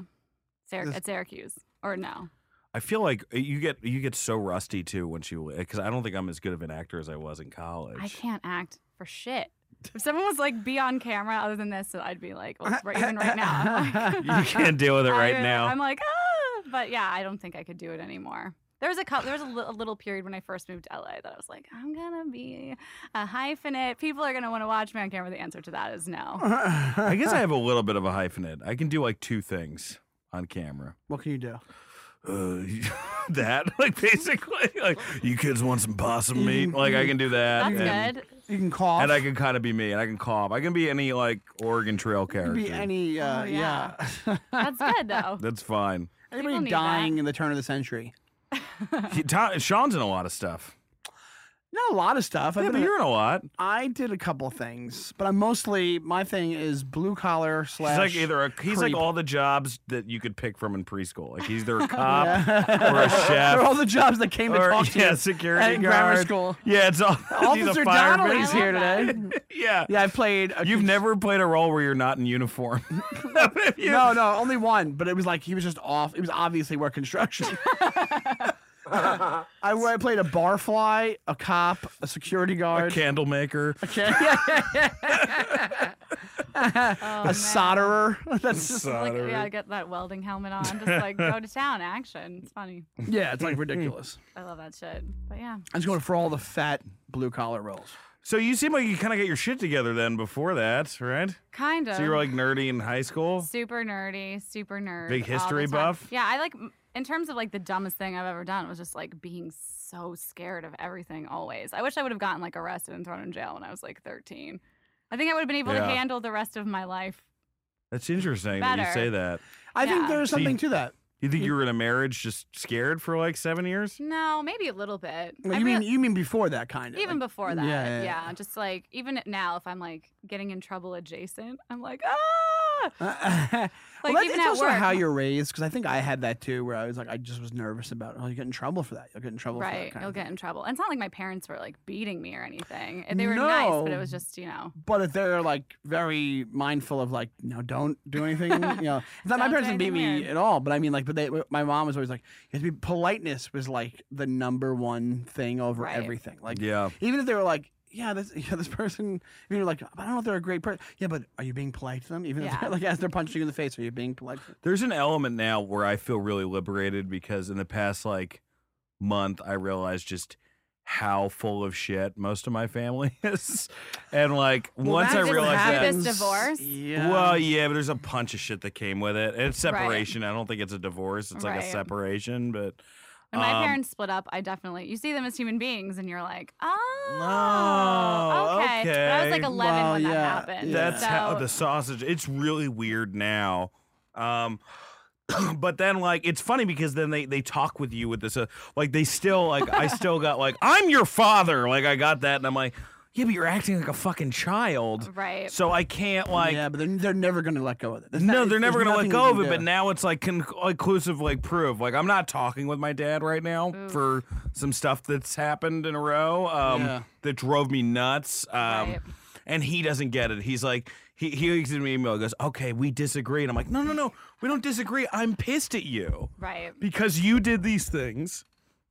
Speaker 3: Syrac-
Speaker 2: This-
Speaker 3: at Syracuse or no?
Speaker 1: I feel like uh, you get you get so rusty too once you because I don't think I'm as good of an actor as I was in college.
Speaker 3: I can't act for shit. If someone was like, be on camera other than this, then I'd be like, well, right, even right now. I'm like-
Speaker 1: You can't deal with it right
Speaker 3: I,
Speaker 1: now.
Speaker 3: I'm like, ah, but yeah, I don't think I could do it anymore. There was a couple, there was a, li- a little period when I first moved to LA that I was like, I'm gonna be a hyphenate. People are gonna want to watch me on camera. The answer to that is no.
Speaker 1: I guess I have a little bit of a hyphenate. I can do like two things on camera.
Speaker 2: What can you do?
Speaker 1: Uh, that like basically like you kids want some possum meat.
Speaker 2: Mm-hmm.
Speaker 1: Like I can do that.
Speaker 3: That's
Speaker 1: and,
Speaker 3: good.
Speaker 2: You can cough.
Speaker 1: And I can kind of be me, and I can cough. I can be any like Oregon Trail
Speaker 2: You
Speaker 1: character.
Speaker 2: can be any. Uh,
Speaker 3: Oh,
Speaker 2: yeah.
Speaker 3: yeah. That's good though.
Speaker 1: That's fine.
Speaker 3: People
Speaker 2: Anybody
Speaker 3: need that.
Speaker 2: dying in the turn of the century?
Speaker 1: He, Tom, Sean's in a lot of stuff.
Speaker 2: Not a lot of stuff. I've
Speaker 1: Yeah,
Speaker 2: been
Speaker 1: but
Speaker 2: in-
Speaker 1: you're in a lot.
Speaker 2: I did a couple things, but I'm mostly my thing is blue collar
Speaker 1: He's
Speaker 2: slash.
Speaker 1: like either a, he's
Speaker 2: creep.
Speaker 1: like all the jobs that you could pick from in preschool. Like he's either a cop
Speaker 2: Yeah.
Speaker 1: or a chef
Speaker 2: They're all the jobs that came to
Speaker 1: or
Speaker 2: talk to
Speaker 1: yeah,
Speaker 2: you
Speaker 1: security
Speaker 2: at grammar
Speaker 1: guard.
Speaker 2: school.
Speaker 1: Yeah, it's all he's
Speaker 2: Officer
Speaker 1: a
Speaker 2: Donnelly's
Speaker 1: fireman.
Speaker 2: here
Speaker 3: I love
Speaker 2: today.
Speaker 1: Yeah.
Speaker 2: Yeah, I played. A
Speaker 1: You've never played a role where you're not in uniform. Have you?
Speaker 2: No, no, only one. But it was like he was just off. It was obviously work construction. I, I played a barfly, a cop, a security
Speaker 1: A
Speaker 2: guard,
Speaker 1: candle maker.
Speaker 2: okay, yeah, yeah, yeah,
Speaker 3: Oh,
Speaker 2: a
Speaker 3: man.
Speaker 2: solderer. That's just,
Speaker 3: Like,
Speaker 1: Solder.
Speaker 3: yeah, get that welding helmet on. Just like go to town, action. It's funny.
Speaker 2: yeah, it's like ridiculous.
Speaker 3: I love that shit. But yeah,
Speaker 2: I'm just Mm. going for all the fat blue collar roles.
Speaker 1: So you seem like you kind of get your shit together then before that, right?
Speaker 3: kind of.
Speaker 1: So you were like nerdy in high school.
Speaker 3: super nerdy, super nerd.
Speaker 1: Big
Speaker 3: all the
Speaker 1: history
Speaker 3: time.
Speaker 1: buff?
Speaker 3: Yeah, I like m- in terms of like the dumbest thing I've ever done was just like being so scared of everything always. I wish I would have gotten like arrested and thrown in jail when I was like 13. I think I would have been able
Speaker 1: Yeah.
Speaker 3: to handle the rest of my life.
Speaker 1: That's interesting that you
Speaker 3: Better.
Speaker 1: say that.
Speaker 2: I think
Speaker 3: Yeah.
Speaker 2: there's
Speaker 1: So you-
Speaker 2: something to that.
Speaker 1: You think you were in a marriage just scared for like seven years?
Speaker 3: No, maybe a little bit.
Speaker 2: Well,
Speaker 3: I
Speaker 2: you
Speaker 3: rea-
Speaker 2: mean you mean before that kind of
Speaker 3: even
Speaker 2: like,
Speaker 3: before that,
Speaker 2: Yeah,
Speaker 3: yeah,
Speaker 2: yeah, yeah.
Speaker 3: just like even now, if I'm like getting in trouble adjacent, I'm like, ah,
Speaker 2: well,
Speaker 3: like
Speaker 2: that's,
Speaker 3: even
Speaker 2: it's
Speaker 3: at
Speaker 2: also
Speaker 3: work,
Speaker 2: how you're raised because I think I had that too, where I was like, I just was nervous about, oh, you get in trouble for that. You'll get in trouble for that.
Speaker 3: right?
Speaker 2: Kind
Speaker 3: You'll
Speaker 2: of
Speaker 3: get
Speaker 2: thing.
Speaker 3: in trouble. And it's not like my parents were like beating me or anything. They were nice, but
Speaker 2: No.
Speaker 3: it was just you know,
Speaker 2: But if they're like very mindful of like, no, don't do anything. you know, it's not my
Speaker 3: Don't do
Speaker 2: parents didn't beat
Speaker 3: anything
Speaker 2: me
Speaker 3: weird.
Speaker 2: at all. But I mean, like, but they, my mom was always like, you have to be politeness was like the number one thing over
Speaker 3: Right.
Speaker 2: everything. Like,
Speaker 1: yeah.
Speaker 2: even if they were like. Yeah, this yeah, this person. You're like, I don't know if they're a great person. Yeah, but are you being polite to them? Even if
Speaker 3: Yeah.
Speaker 2: they're, like as they're punching you in the face, are you being polite? to them?
Speaker 1: There's an element now where I feel really liberated because in the past like month I realized just how full of shit most of my family is, and like once I
Speaker 3: that's what
Speaker 1: realized
Speaker 3: happened.
Speaker 1: that.
Speaker 3: This divorce?
Speaker 2: Yeah.
Speaker 1: Well, yeah, but there's a bunch of shit that came with it. It's
Speaker 3: Right.
Speaker 1: separation. I don't think it's a divorce. It's like a
Speaker 3: Right.
Speaker 1: separation, but
Speaker 3: When my
Speaker 1: Um,
Speaker 3: parents split up, I definitely you see them as human beings, and you're like, oh,
Speaker 1: No,
Speaker 3: okay. But I was like
Speaker 1: Oh, okay.
Speaker 3: 11
Speaker 2: Well,
Speaker 3: when that
Speaker 2: yeah,
Speaker 3: happened.
Speaker 2: yeah.
Speaker 1: that's how
Speaker 3: so-
Speaker 1: the sausage. It's really weird now. Um, but then like it's funny because then they they talk with you with this uh, like they still like I still got like I'm your father like I got that and I'm like yeah but you're acting like a fucking child
Speaker 3: right.
Speaker 1: so I can't like
Speaker 2: yeah, but they're, they're never going to let go of it. There's
Speaker 1: No,
Speaker 2: not-
Speaker 1: they're never
Speaker 2: there's
Speaker 1: going to let
Speaker 2: nothing
Speaker 1: go
Speaker 2: you
Speaker 1: of
Speaker 2: can
Speaker 1: it. But
Speaker 2: do.
Speaker 1: now it's like con- conclusive, like proof. Like I'm not talking with my dad right now
Speaker 3: Oof.
Speaker 1: for some stuff that's happened in a row um,
Speaker 2: Yeah.
Speaker 1: that drove me nuts. Um,
Speaker 3: Right.
Speaker 1: And he doesn't get it. He's like, he he gives me an email. Goes, okay, we disagree. And I'm like, no, no, no, we don't disagree. I'm pissed at you
Speaker 3: Right.
Speaker 1: because you did these things.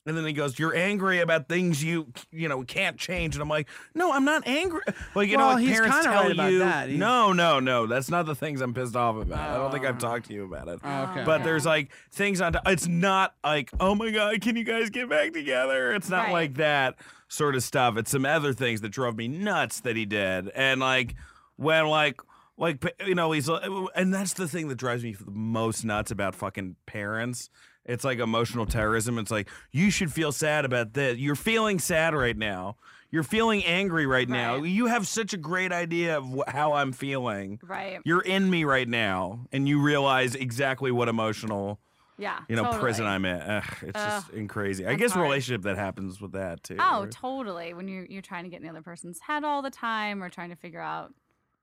Speaker 1: And then he goes, "You're angry about things you, you know, can't change." And I'm like, "No, I'm not angry." Like you
Speaker 2: Well,
Speaker 1: know, like
Speaker 2: he's
Speaker 1: parents
Speaker 2: kinda
Speaker 1: tell
Speaker 2: right about
Speaker 1: you,
Speaker 2: that. He's-
Speaker 1: "No, no, no, that's not the things I'm pissed off about." I don't think I've talked to you about it.
Speaker 2: Oh, okay.
Speaker 1: But there's like things on. It's not like, "Oh my god, can you guys get back together?" It's not
Speaker 3: Right.
Speaker 1: like that sort of stuff. It's some other things that drove me nuts that he did, and like when like. Like pa- you know, he's like- and that's the thing that drives me the most nuts about fucking parents. It's like emotional terrorism. It's like you should feel sad about this. You're feeling sad right now. You're feeling angry right now.
Speaker 3: Right.
Speaker 1: You have such a great idea of wh- how I'm feeling.
Speaker 3: Right.
Speaker 1: You're in me right now, and you realize exactly what emotional,
Speaker 3: Yeah.
Speaker 1: you know,
Speaker 3: totally.
Speaker 1: prison I'm in. Ugh, it's just in crazy. I
Speaker 3: that's
Speaker 1: guess
Speaker 3: hard.
Speaker 1: relationship that happens with that too.
Speaker 3: Oh,
Speaker 1: right?
Speaker 3: totally. When you're you're trying to get in the other person's head all the time or trying to figure out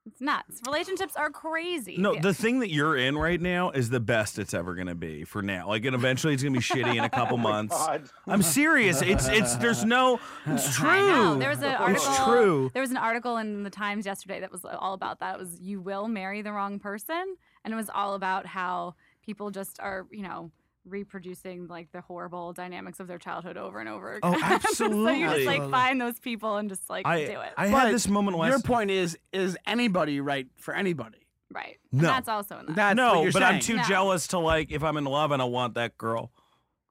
Speaker 3: it's nuts. Relationships are crazy.
Speaker 1: No,
Speaker 3: Yeah.
Speaker 1: the thing that you're in right now is the best it's ever gonna be for now. Like, and eventually it's gonna be shitty in a couple months.
Speaker 4: God.
Speaker 1: I'm serious. It's it's there's no. It's true.
Speaker 3: I know. There was an article.
Speaker 1: It's true.
Speaker 3: There was an article in the Times yesterday that was all about that. It was you will marry the wrong person, and it was all about how people just are, you know, reproducing like the horrible dynamics of their childhood over and over
Speaker 1: Oh,
Speaker 3: again. so you just like
Speaker 2: absolutely.
Speaker 3: find those people and just like do
Speaker 1: I
Speaker 3: it.
Speaker 1: I had
Speaker 2: But
Speaker 1: this moment last.
Speaker 2: Your point is, is anybody right for anybody?
Speaker 3: right.
Speaker 1: No.
Speaker 3: And that's also in that.
Speaker 2: That's
Speaker 1: no,
Speaker 2: what you're
Speaker 1: but I'm
Speaker 2: saying.
Speaker 1: too
Speaker 3: No.
Speaker 1: jealous to like. If I'm in love and I want that girl,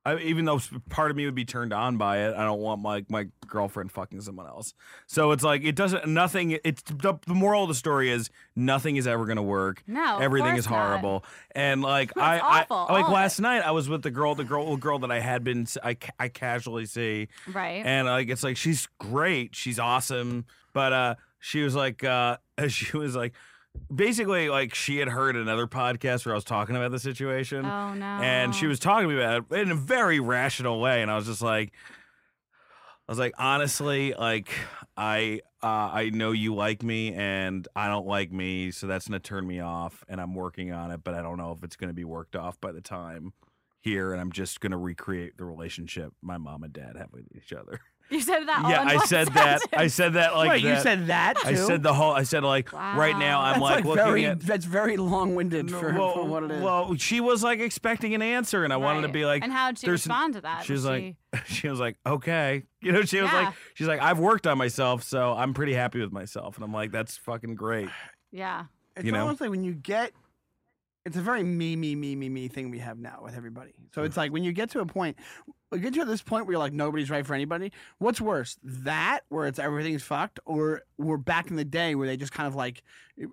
Speaker 1: I, even though s- part of me would be turned on by it, I don't want my my girlfriend fucking someone else. So it's like it doesn't. Nothing. It's the, the moral of the story is nothing is ever gonna work.
Speaker 3: no. of
Speaker 1: Everything
Speaker 3: course
Speaker 1: is
Speaker 3: not.
Speaker 1: horrible. And like I,
Speaker 3: It's
Speaker 1: I-
Speaker 3: awful, all
Speaker 1: like
Speaker 3: of
Speaker 1: last
Speaker 3: it.
Speaker 1: night I was with the girl, the girl, girl that I had been s- I, ca- I casually see,
Speaker 3: Right.
Speaker 1: and like it's like she's great, she's awesome, but uh she was like uh she was like basically like she had heard another podcast where I was talking about the situation,
Speaker 3: oh no.
Speaker 1: and she was talking to me about it in a very rational way, and I was just like, I was like, honestly, like I uh, I know you like me, and I don't like me, so that's gonna turn me off, and I'm working on it, but I don't know if it's gonna be worked off by the time here, and I'm just gonna recreate the relationship my mom and dad have with each other.
Speaker 3: You said that.
Speaker 1: yeah,
Speaker 3: all in
Speaker 1: I
Speaker 3: one
Speaker 1: said that. I
Speaker 3: sentence.
Speaker 1: said that like
Speaker 2: Wait,
Speaker 1: that.
Speaker 2: you said that too?
Speaker 1: I said the whole. I said like right now.
Speaker 3: Wow.
Speaker 1: I'm
Speaker 2: that's like,
Speaker 1: like, looking
Speaker 2: very,
Speaker 1: at
Speaker 2: that's very long-winded
Speaker 1: no,
Speaker 2: for, for what it is.
Speaker 1: Well, she was like expecting an answer, and I wanted to
Speaker 3: Right.
Speaker 1: be like,
Speaker 3: And how did she
Speaker 1: there's-
Speaker 3: respond to that?
Speaker 1: she was like-
Speaker 3: she-
Speaker 1: she was like, okay, you know, she was
Speaker 3: Yeah.
Speaker 1: like, she's like, I've worked on myself, so I'm pretty happy with myself, and I'm like, that's fucking great.
Speaker 3: yeah.
Speaker 2: it's
Speaker 1: you know?
Speaker 2: almost like when you get, it's a very me, me, me, me, me thing we have now with everybody.
Speaker 1: Mm.
Speaker 2: So it's like when you get to a point, when you get to this point where you're like, nobody's right for anybody. What's worse, that where it's everything's fucked, or we're back in the day where they just kind of like,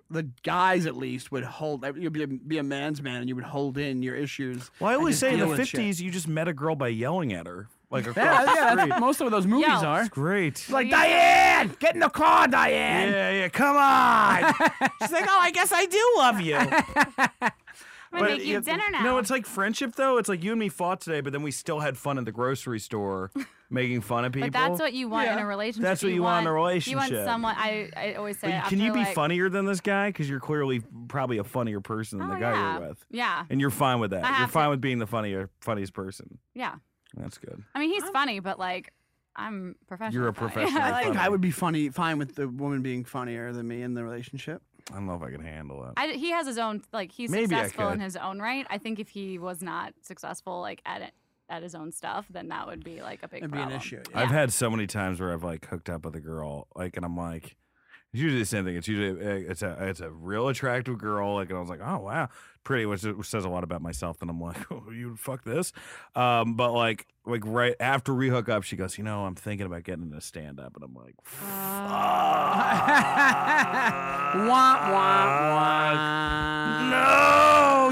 Speaker 2: the guys at least would hold, you'd be a, be a man's man and you would hold in your issues.
Speaker 1: Well, I always
Speaker 2: just
Speaker 1: say in the
Speaker 2: deal with shit.
Speaker 1: '50s, you just met a girl by yelling at her, like across
Speaker 2: Yeah, yeah
Speaker 1: the street.
Speaker 2: that's, most of what those movies
Speaker 3: Yo.
Speaker 2: are.
Speaker 1: It's great.
Speaker 2: It's like,
Speaker 3: Yeah.
Speaker 2: Diane, get in the car, Diane.
Speaker 1: yeah, yeah, come on. she's like, oh, I guess I do love you.
Speaker 3: I'm gonna
Speaker 1: But
Speaker 3: make you
Speaker 1: it-
Speaker 3: dinner now.
Speaker 1: No, it's like friendship though. It's like you and me fought today, but then we still had fun at the grocery store, making fun of people.
Speaker 3: But that's what you want in a relationship.
Speaker 1: That's what you want in a
Speaker 3: You
Speaker 1: relationship.
Speaker 3: want someone. I, I always say.
Speaker 1: But
Speaker 3: after,
Speaker 1: can you be
Speaker 3: like,
Speaker 1: funnier than this guy? Because you're clearly probably a funnier person
Speaker 3: Oh,
Speaker 1: than the guy
Speaker 3: yeah.
Speaker 1: you're with,
Speaker 3: Yeah,
Speaker 1: and you're fine with that.
Speaker 3: I
Speaker 1: You're
Speaker 3: have
Speaker 1: fine with being the funnier, funniest person.
Speaker 3: yeah.
Speaker 1: That's good.
Speaker 3: I mean, he's funny, but like, I'm professional.
Speaker 1: You're a
Speaker 3: about it.
Speaker 1: professional
Speaker 3: Yeah,
Speaker 2: I think
Speaker 1: funny.
Speaker 2: I would be funny, fine with the woman being funnier than me in the relationship.
Speaker 1: I don't know if I can handle it.
Speaker 3: I, he has his own like he's
Speaker 1: Maybe I
Speaker 3: successful in
Speaker 1: could.
Speaker 3: his own right. I think if he was not successful like at it, at his own stuff, then that would be like a big
Speaker 2: It'd be
Speaker 3: problem.
Speaker 2: an issue. yeah.
Speaker 1: I've had so many times where I've like hooked up with a girl, like, and I'm like, it's usually the same thing. It's usually uh, it's a it's a real attractive girl, like, and I was like, oh wow, pretty, which, which says a lot about myself. Then I'm like, oh, you fuck this, um, but like like right after we hook up, she goes, you know, I'm thinking about getting into stand up, and I'm like,
Speaker 3: Uh,
Speaker 2: wah, wah, wah.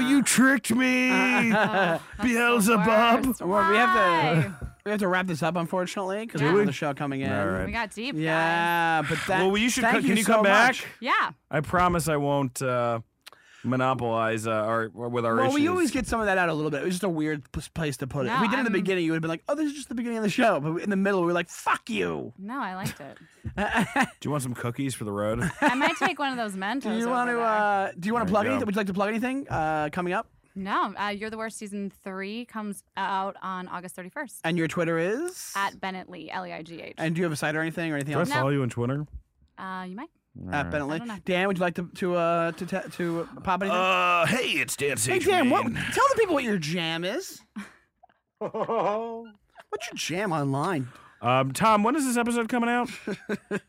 Speaker 1: no, you tricked me,
Speaker 3: Oh,
Speaker 1: Beelzebub.
Speaker 3: worst.
Speaker 2: Well, we have to
Speaker 3: Why?
Speaker 2: we have to wrap this up, unfortunately, because
Speaker 1: Do
Speaker 2: we
Speaker 1: we?
Speaker 2: have the show coming in.
Speaker 1: All right.
Speaker 3: We got deep. guys.
Speaker 2: Yeah, but that.
Speaker 1: Well, you should.
Speaker 2: Thank
Speaker 1: co- can you
Speaker 2: so
Speaker 1: come back?
Speaker 2: much.
Speaker 3: Yeah.
Speaker 1: I promise I won't uh, monopolize uh, our with our
Speaker 2: Well,
Speaker 1: issues.
Speaker 2: we always get some of that out a little bit. It was just a weird p- place to put it. if
Speaker 3: No,
Speaker 2: we did it in the
Speaker 3: I'm-
Speaker 2: beginning, you would have been like, "Oh, this is just the beginning of the show," but in the middle, we were like, "Fuck you."
Speaker 3: No, I liked it.
Speaker 1: Do you want some cookies for the road?
Speaker 3: I might take one of those Mentos.
Speaker 2: Do you
Speaker 3: over
Speaker 2: want to?
Speaker 3: there.
Speaker 2: Uh, do you
Speaker 1: There you
Speaker 2: want to plug
Speaker 1: go.
Speaker 2: anything? Would you like to plug anything uh, coming up?
Speaker 3: No, uh, You're the Worst season three comes out on August 31st
Speaker 2: And your Twitter is
Speaker 3: at Bennett Lee, L E I G H.
Speaker 2: And do you have a site or anything or anything
Speaker 1: Do I
Speaker 2: else?
Speaker 1: follow you on Twitter?
Speaker 3: Uh, you might.
Speaker 2: At Bennett Lee.
Speaker 3: don't know.
Speaker 2: Dan, would you like to to uh, to, te- to uh, pop anything?
Speaker 1: Uh, hey, it's Dan
Speaker 2: hey, Dan, what, tell the people what your jam is. What's your jam online?
Speaker 1: Um, Tom, when is this episode coming out?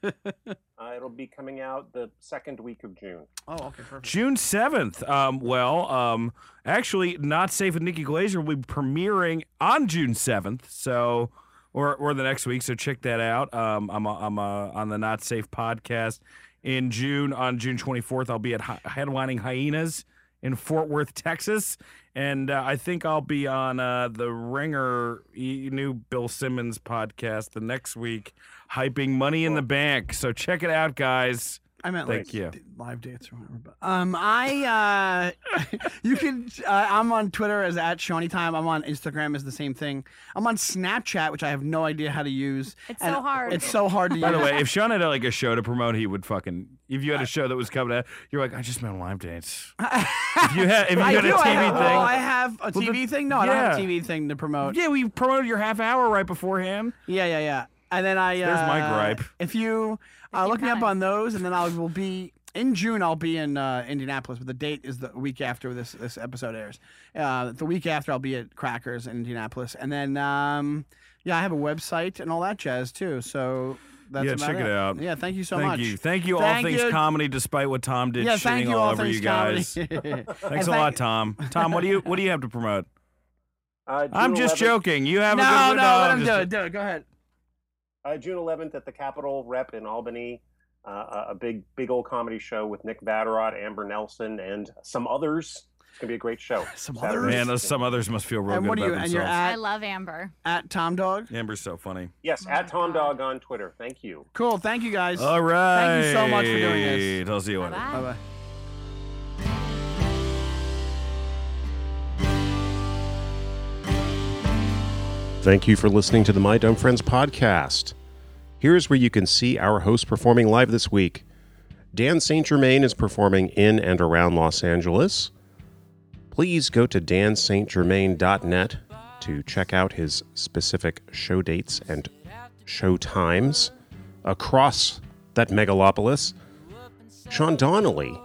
Speaker 4: Uh, it'll be coming out the second week of June.
Speaker 2: Oh, okay, perfect.
Speaker 1: June seventh. Um, well, um, actually, not safe with Nikki Glazer will be premiering on June seventh. So. Or, or the next week, so check that out. Um, I'm a, I'm a, on the Not Safe podcast in June. On June 24th, I'll be at hi- headlining Hyenas in Fort Worth, Texas, and uh, I think I'll be on uh, the Ringer e- new Bill Simmons podcast the next week, hyping Money in the Bank. So check it out, guys.
Speaker 2: I meant
Speaker 1: Thank
Speaker 2: like
Speaker 1: you.
Speaker 2: d- live dates or whatever. But um, I uh, you can uh, I'm on Twitter as at Shawnee Time. I'm on Instagram as the same thing. I'm on Snapchat, which I have no idea how to use.
Speaker 3: It's
Speaker 2: And
Speaker 3: so hard.
Speaker 2: It's so hard to
Speaker 1: By
Speaker 2: use.
Speaker 1: the way, if Sean had like a show to promote, he would fucking. If you had a show that was coming out, you're like, I just met live dates. If you had, if you
Speaker 2: I
Speaker 1: had a
Speaker 2: do,
Speaker 1: TV
Speaker 2: I have,
Speaker 1: thing,
Speaker 2: well, I have a
Speaker 1: the-
Speaker 2: TV thing. No, I don't have a
Speaker 1: yeah.
Speaker 2: TV thing to promote.
Speaker 1: yeah, we promoted your half hour right beforehand.
Speaker 2: Yeah, yeah, yeah. And then I
Speaker 1: There's my
Speaker 2: uh,
Speaker 1: gripe.
Speaker 2: If you uh,
Speaker 3: you
Speaker 2: look me up
Speaker 3: can.
Speaker 2: on those, and then I will be in June. I'll be in uh, Indianapolis, but the date is the week after this this episode airs. Uh, the week after, I'll be at Crackers in Indianapolis, and then um, yeah, I have a website and all that jazz too. So that's
Speaker 1: Yeah,
Speaker 2: about
Speaker 1: check it out.
Speaker 2: Yeah, thank you so
Speaker 1: thank
Speaker 2: much.
Speaker 1: you, thank you,
Speaker 2: Thank
Speaker 1: all things
Speaker 2: you.
Speaker 1: comedy. Despite what Tom did,
Speaker 2: Yeah,
Speaker 1: shitting
Speaker 2: thank you
Speaker 1: all,
Speaker 2: all.
Speaker 1: over
Speaker 2: things
Speaker 1: you guys.
Speaker 2: comedy.
Speaker 1: Thanks a
Speaker 2: And
Speaker 1: lot,
Speaker 2: thank-
Speaker 1: Tom. Tom, what do you what do you have to promote?
Speaker 4: Uh, June
Speaker 1: I'm just
Speaker 4: 11th
Speaker 1: joking. You have a
Speaker 2: No,
Speaker 1: good
Speaker 2: no, let
Speaker 1: I'm
Speaker 2: him
Speaker 1: just-
Speaker 2: do it. Do it. Go ahead.
Speaker 4: uh, June 11th at the Capitol Rep in Albany. Uh, a a big, big old comedy show with Nick Vatterott, Amber Nelson, and some others. It's gonna be a great show.
Speaker 2: Some
Speaker 4: Saturday.
Speaker 2: others?
Speaker 1: Man, those, some others must feel real
Speaker 2: And
Speaker 1: good
Speaker 2: what do
Speaker 1: about
Speaker 2: you? And you're
Speaker 1: themselves.
Speaker 3: I
Speaker 2: at
Speaker 3: love Amber.
Speaker 2: at Tom Dog.
Speaker 1: Amber's so funny.
Speaker 4: Yes,
Speaker 3: Oh my
Speaker 4: at Tom
Speaker 3: God.
Speaker 4: Dog on Twitter. Thank you.
Speaker 2: Cool. Thank you guys.
Speaker 1: All right.
Speaker 2: Thank you so much for doing this.
Speaker 1: I'll see you later.
Speaker 3: Bye
Speaker 2: Bye
Speaker 3: bye.
Speaker 2: bye.
Speaker 4: Thank you for listening to the My Dumb Friends podcast. Here is where you can see our hosts performing live this week. Dan St. Germain is performing in and around Los Angeles. Please go to danstgermain.net to check out his specific show dates and show times across that megalopolis. Sean Donnelly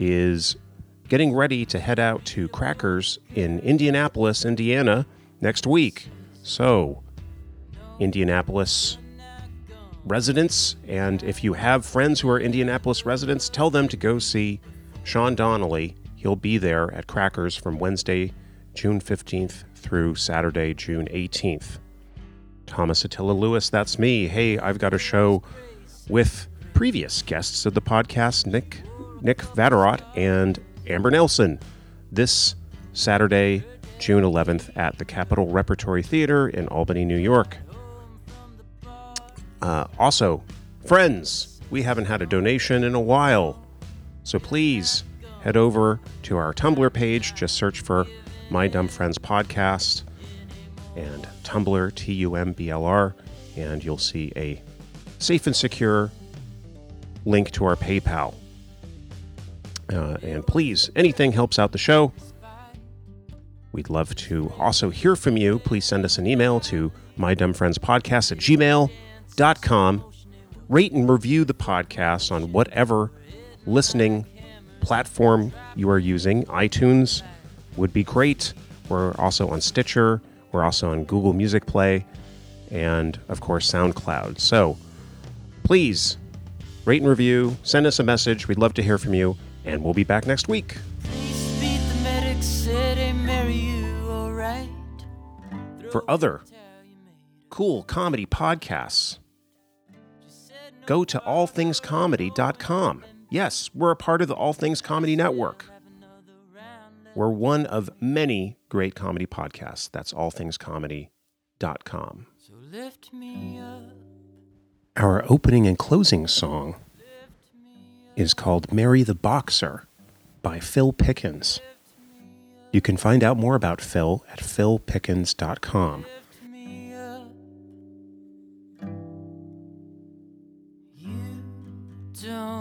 Speaker 4: is getting ready to head out to Crackers in Indianapolis, Indiana next week. So, Indianapolis residents, and if you have friends who are Indianapolis residents, tell them to go see Sean Donnelly. He'll be there at Crackers from Wednesday, June 15th through Saturday, June 18th. Thomas Attila Lewis, that's me. Hey, I've got a show with previous guests of the podcast, Nick Nick Vatterott and Amber Nelson, this Saturday, June 11th at the Capitol Repertory Theater in Albany, New York. Uh, also, friends, we haven't had a donation in a while, so please head over to our Tumblr page. Just search for My Dumb Friends Podcast and Tumblr, T U M B L R, and you'll see a safe and secure link to our PayPal. Uh, and please, anything helps out the show. We'd love to also hear from you. Please send us an email to mydumbfriendspodcast at gmail.com. Rate and review the podcast on whatever listening platform you are using. iTunes would be great. We're also on Stitcher. We're also on Google Music Play and, of course, SoundCloud. So please rate and review, send us a message. We'd love to hear from you, and we'll be back next week.
Speaker 5: Please beat the medic, said they marry you, alright?
Speaker 4: For other cool comedy podcasts, go to allthingscomedy.com. Yes, we're a part of the All Things Comedy Network. We're one of many great comedy podcasts. That's allthingscomedy.com.
Speaker 5: So lift me up,
Speaker 4: Our opening and closing song is called Mary the Boxer by Phil Pickens. You can find out more about Phil at philpickens.com.
Speaker 5: lift me up. You don't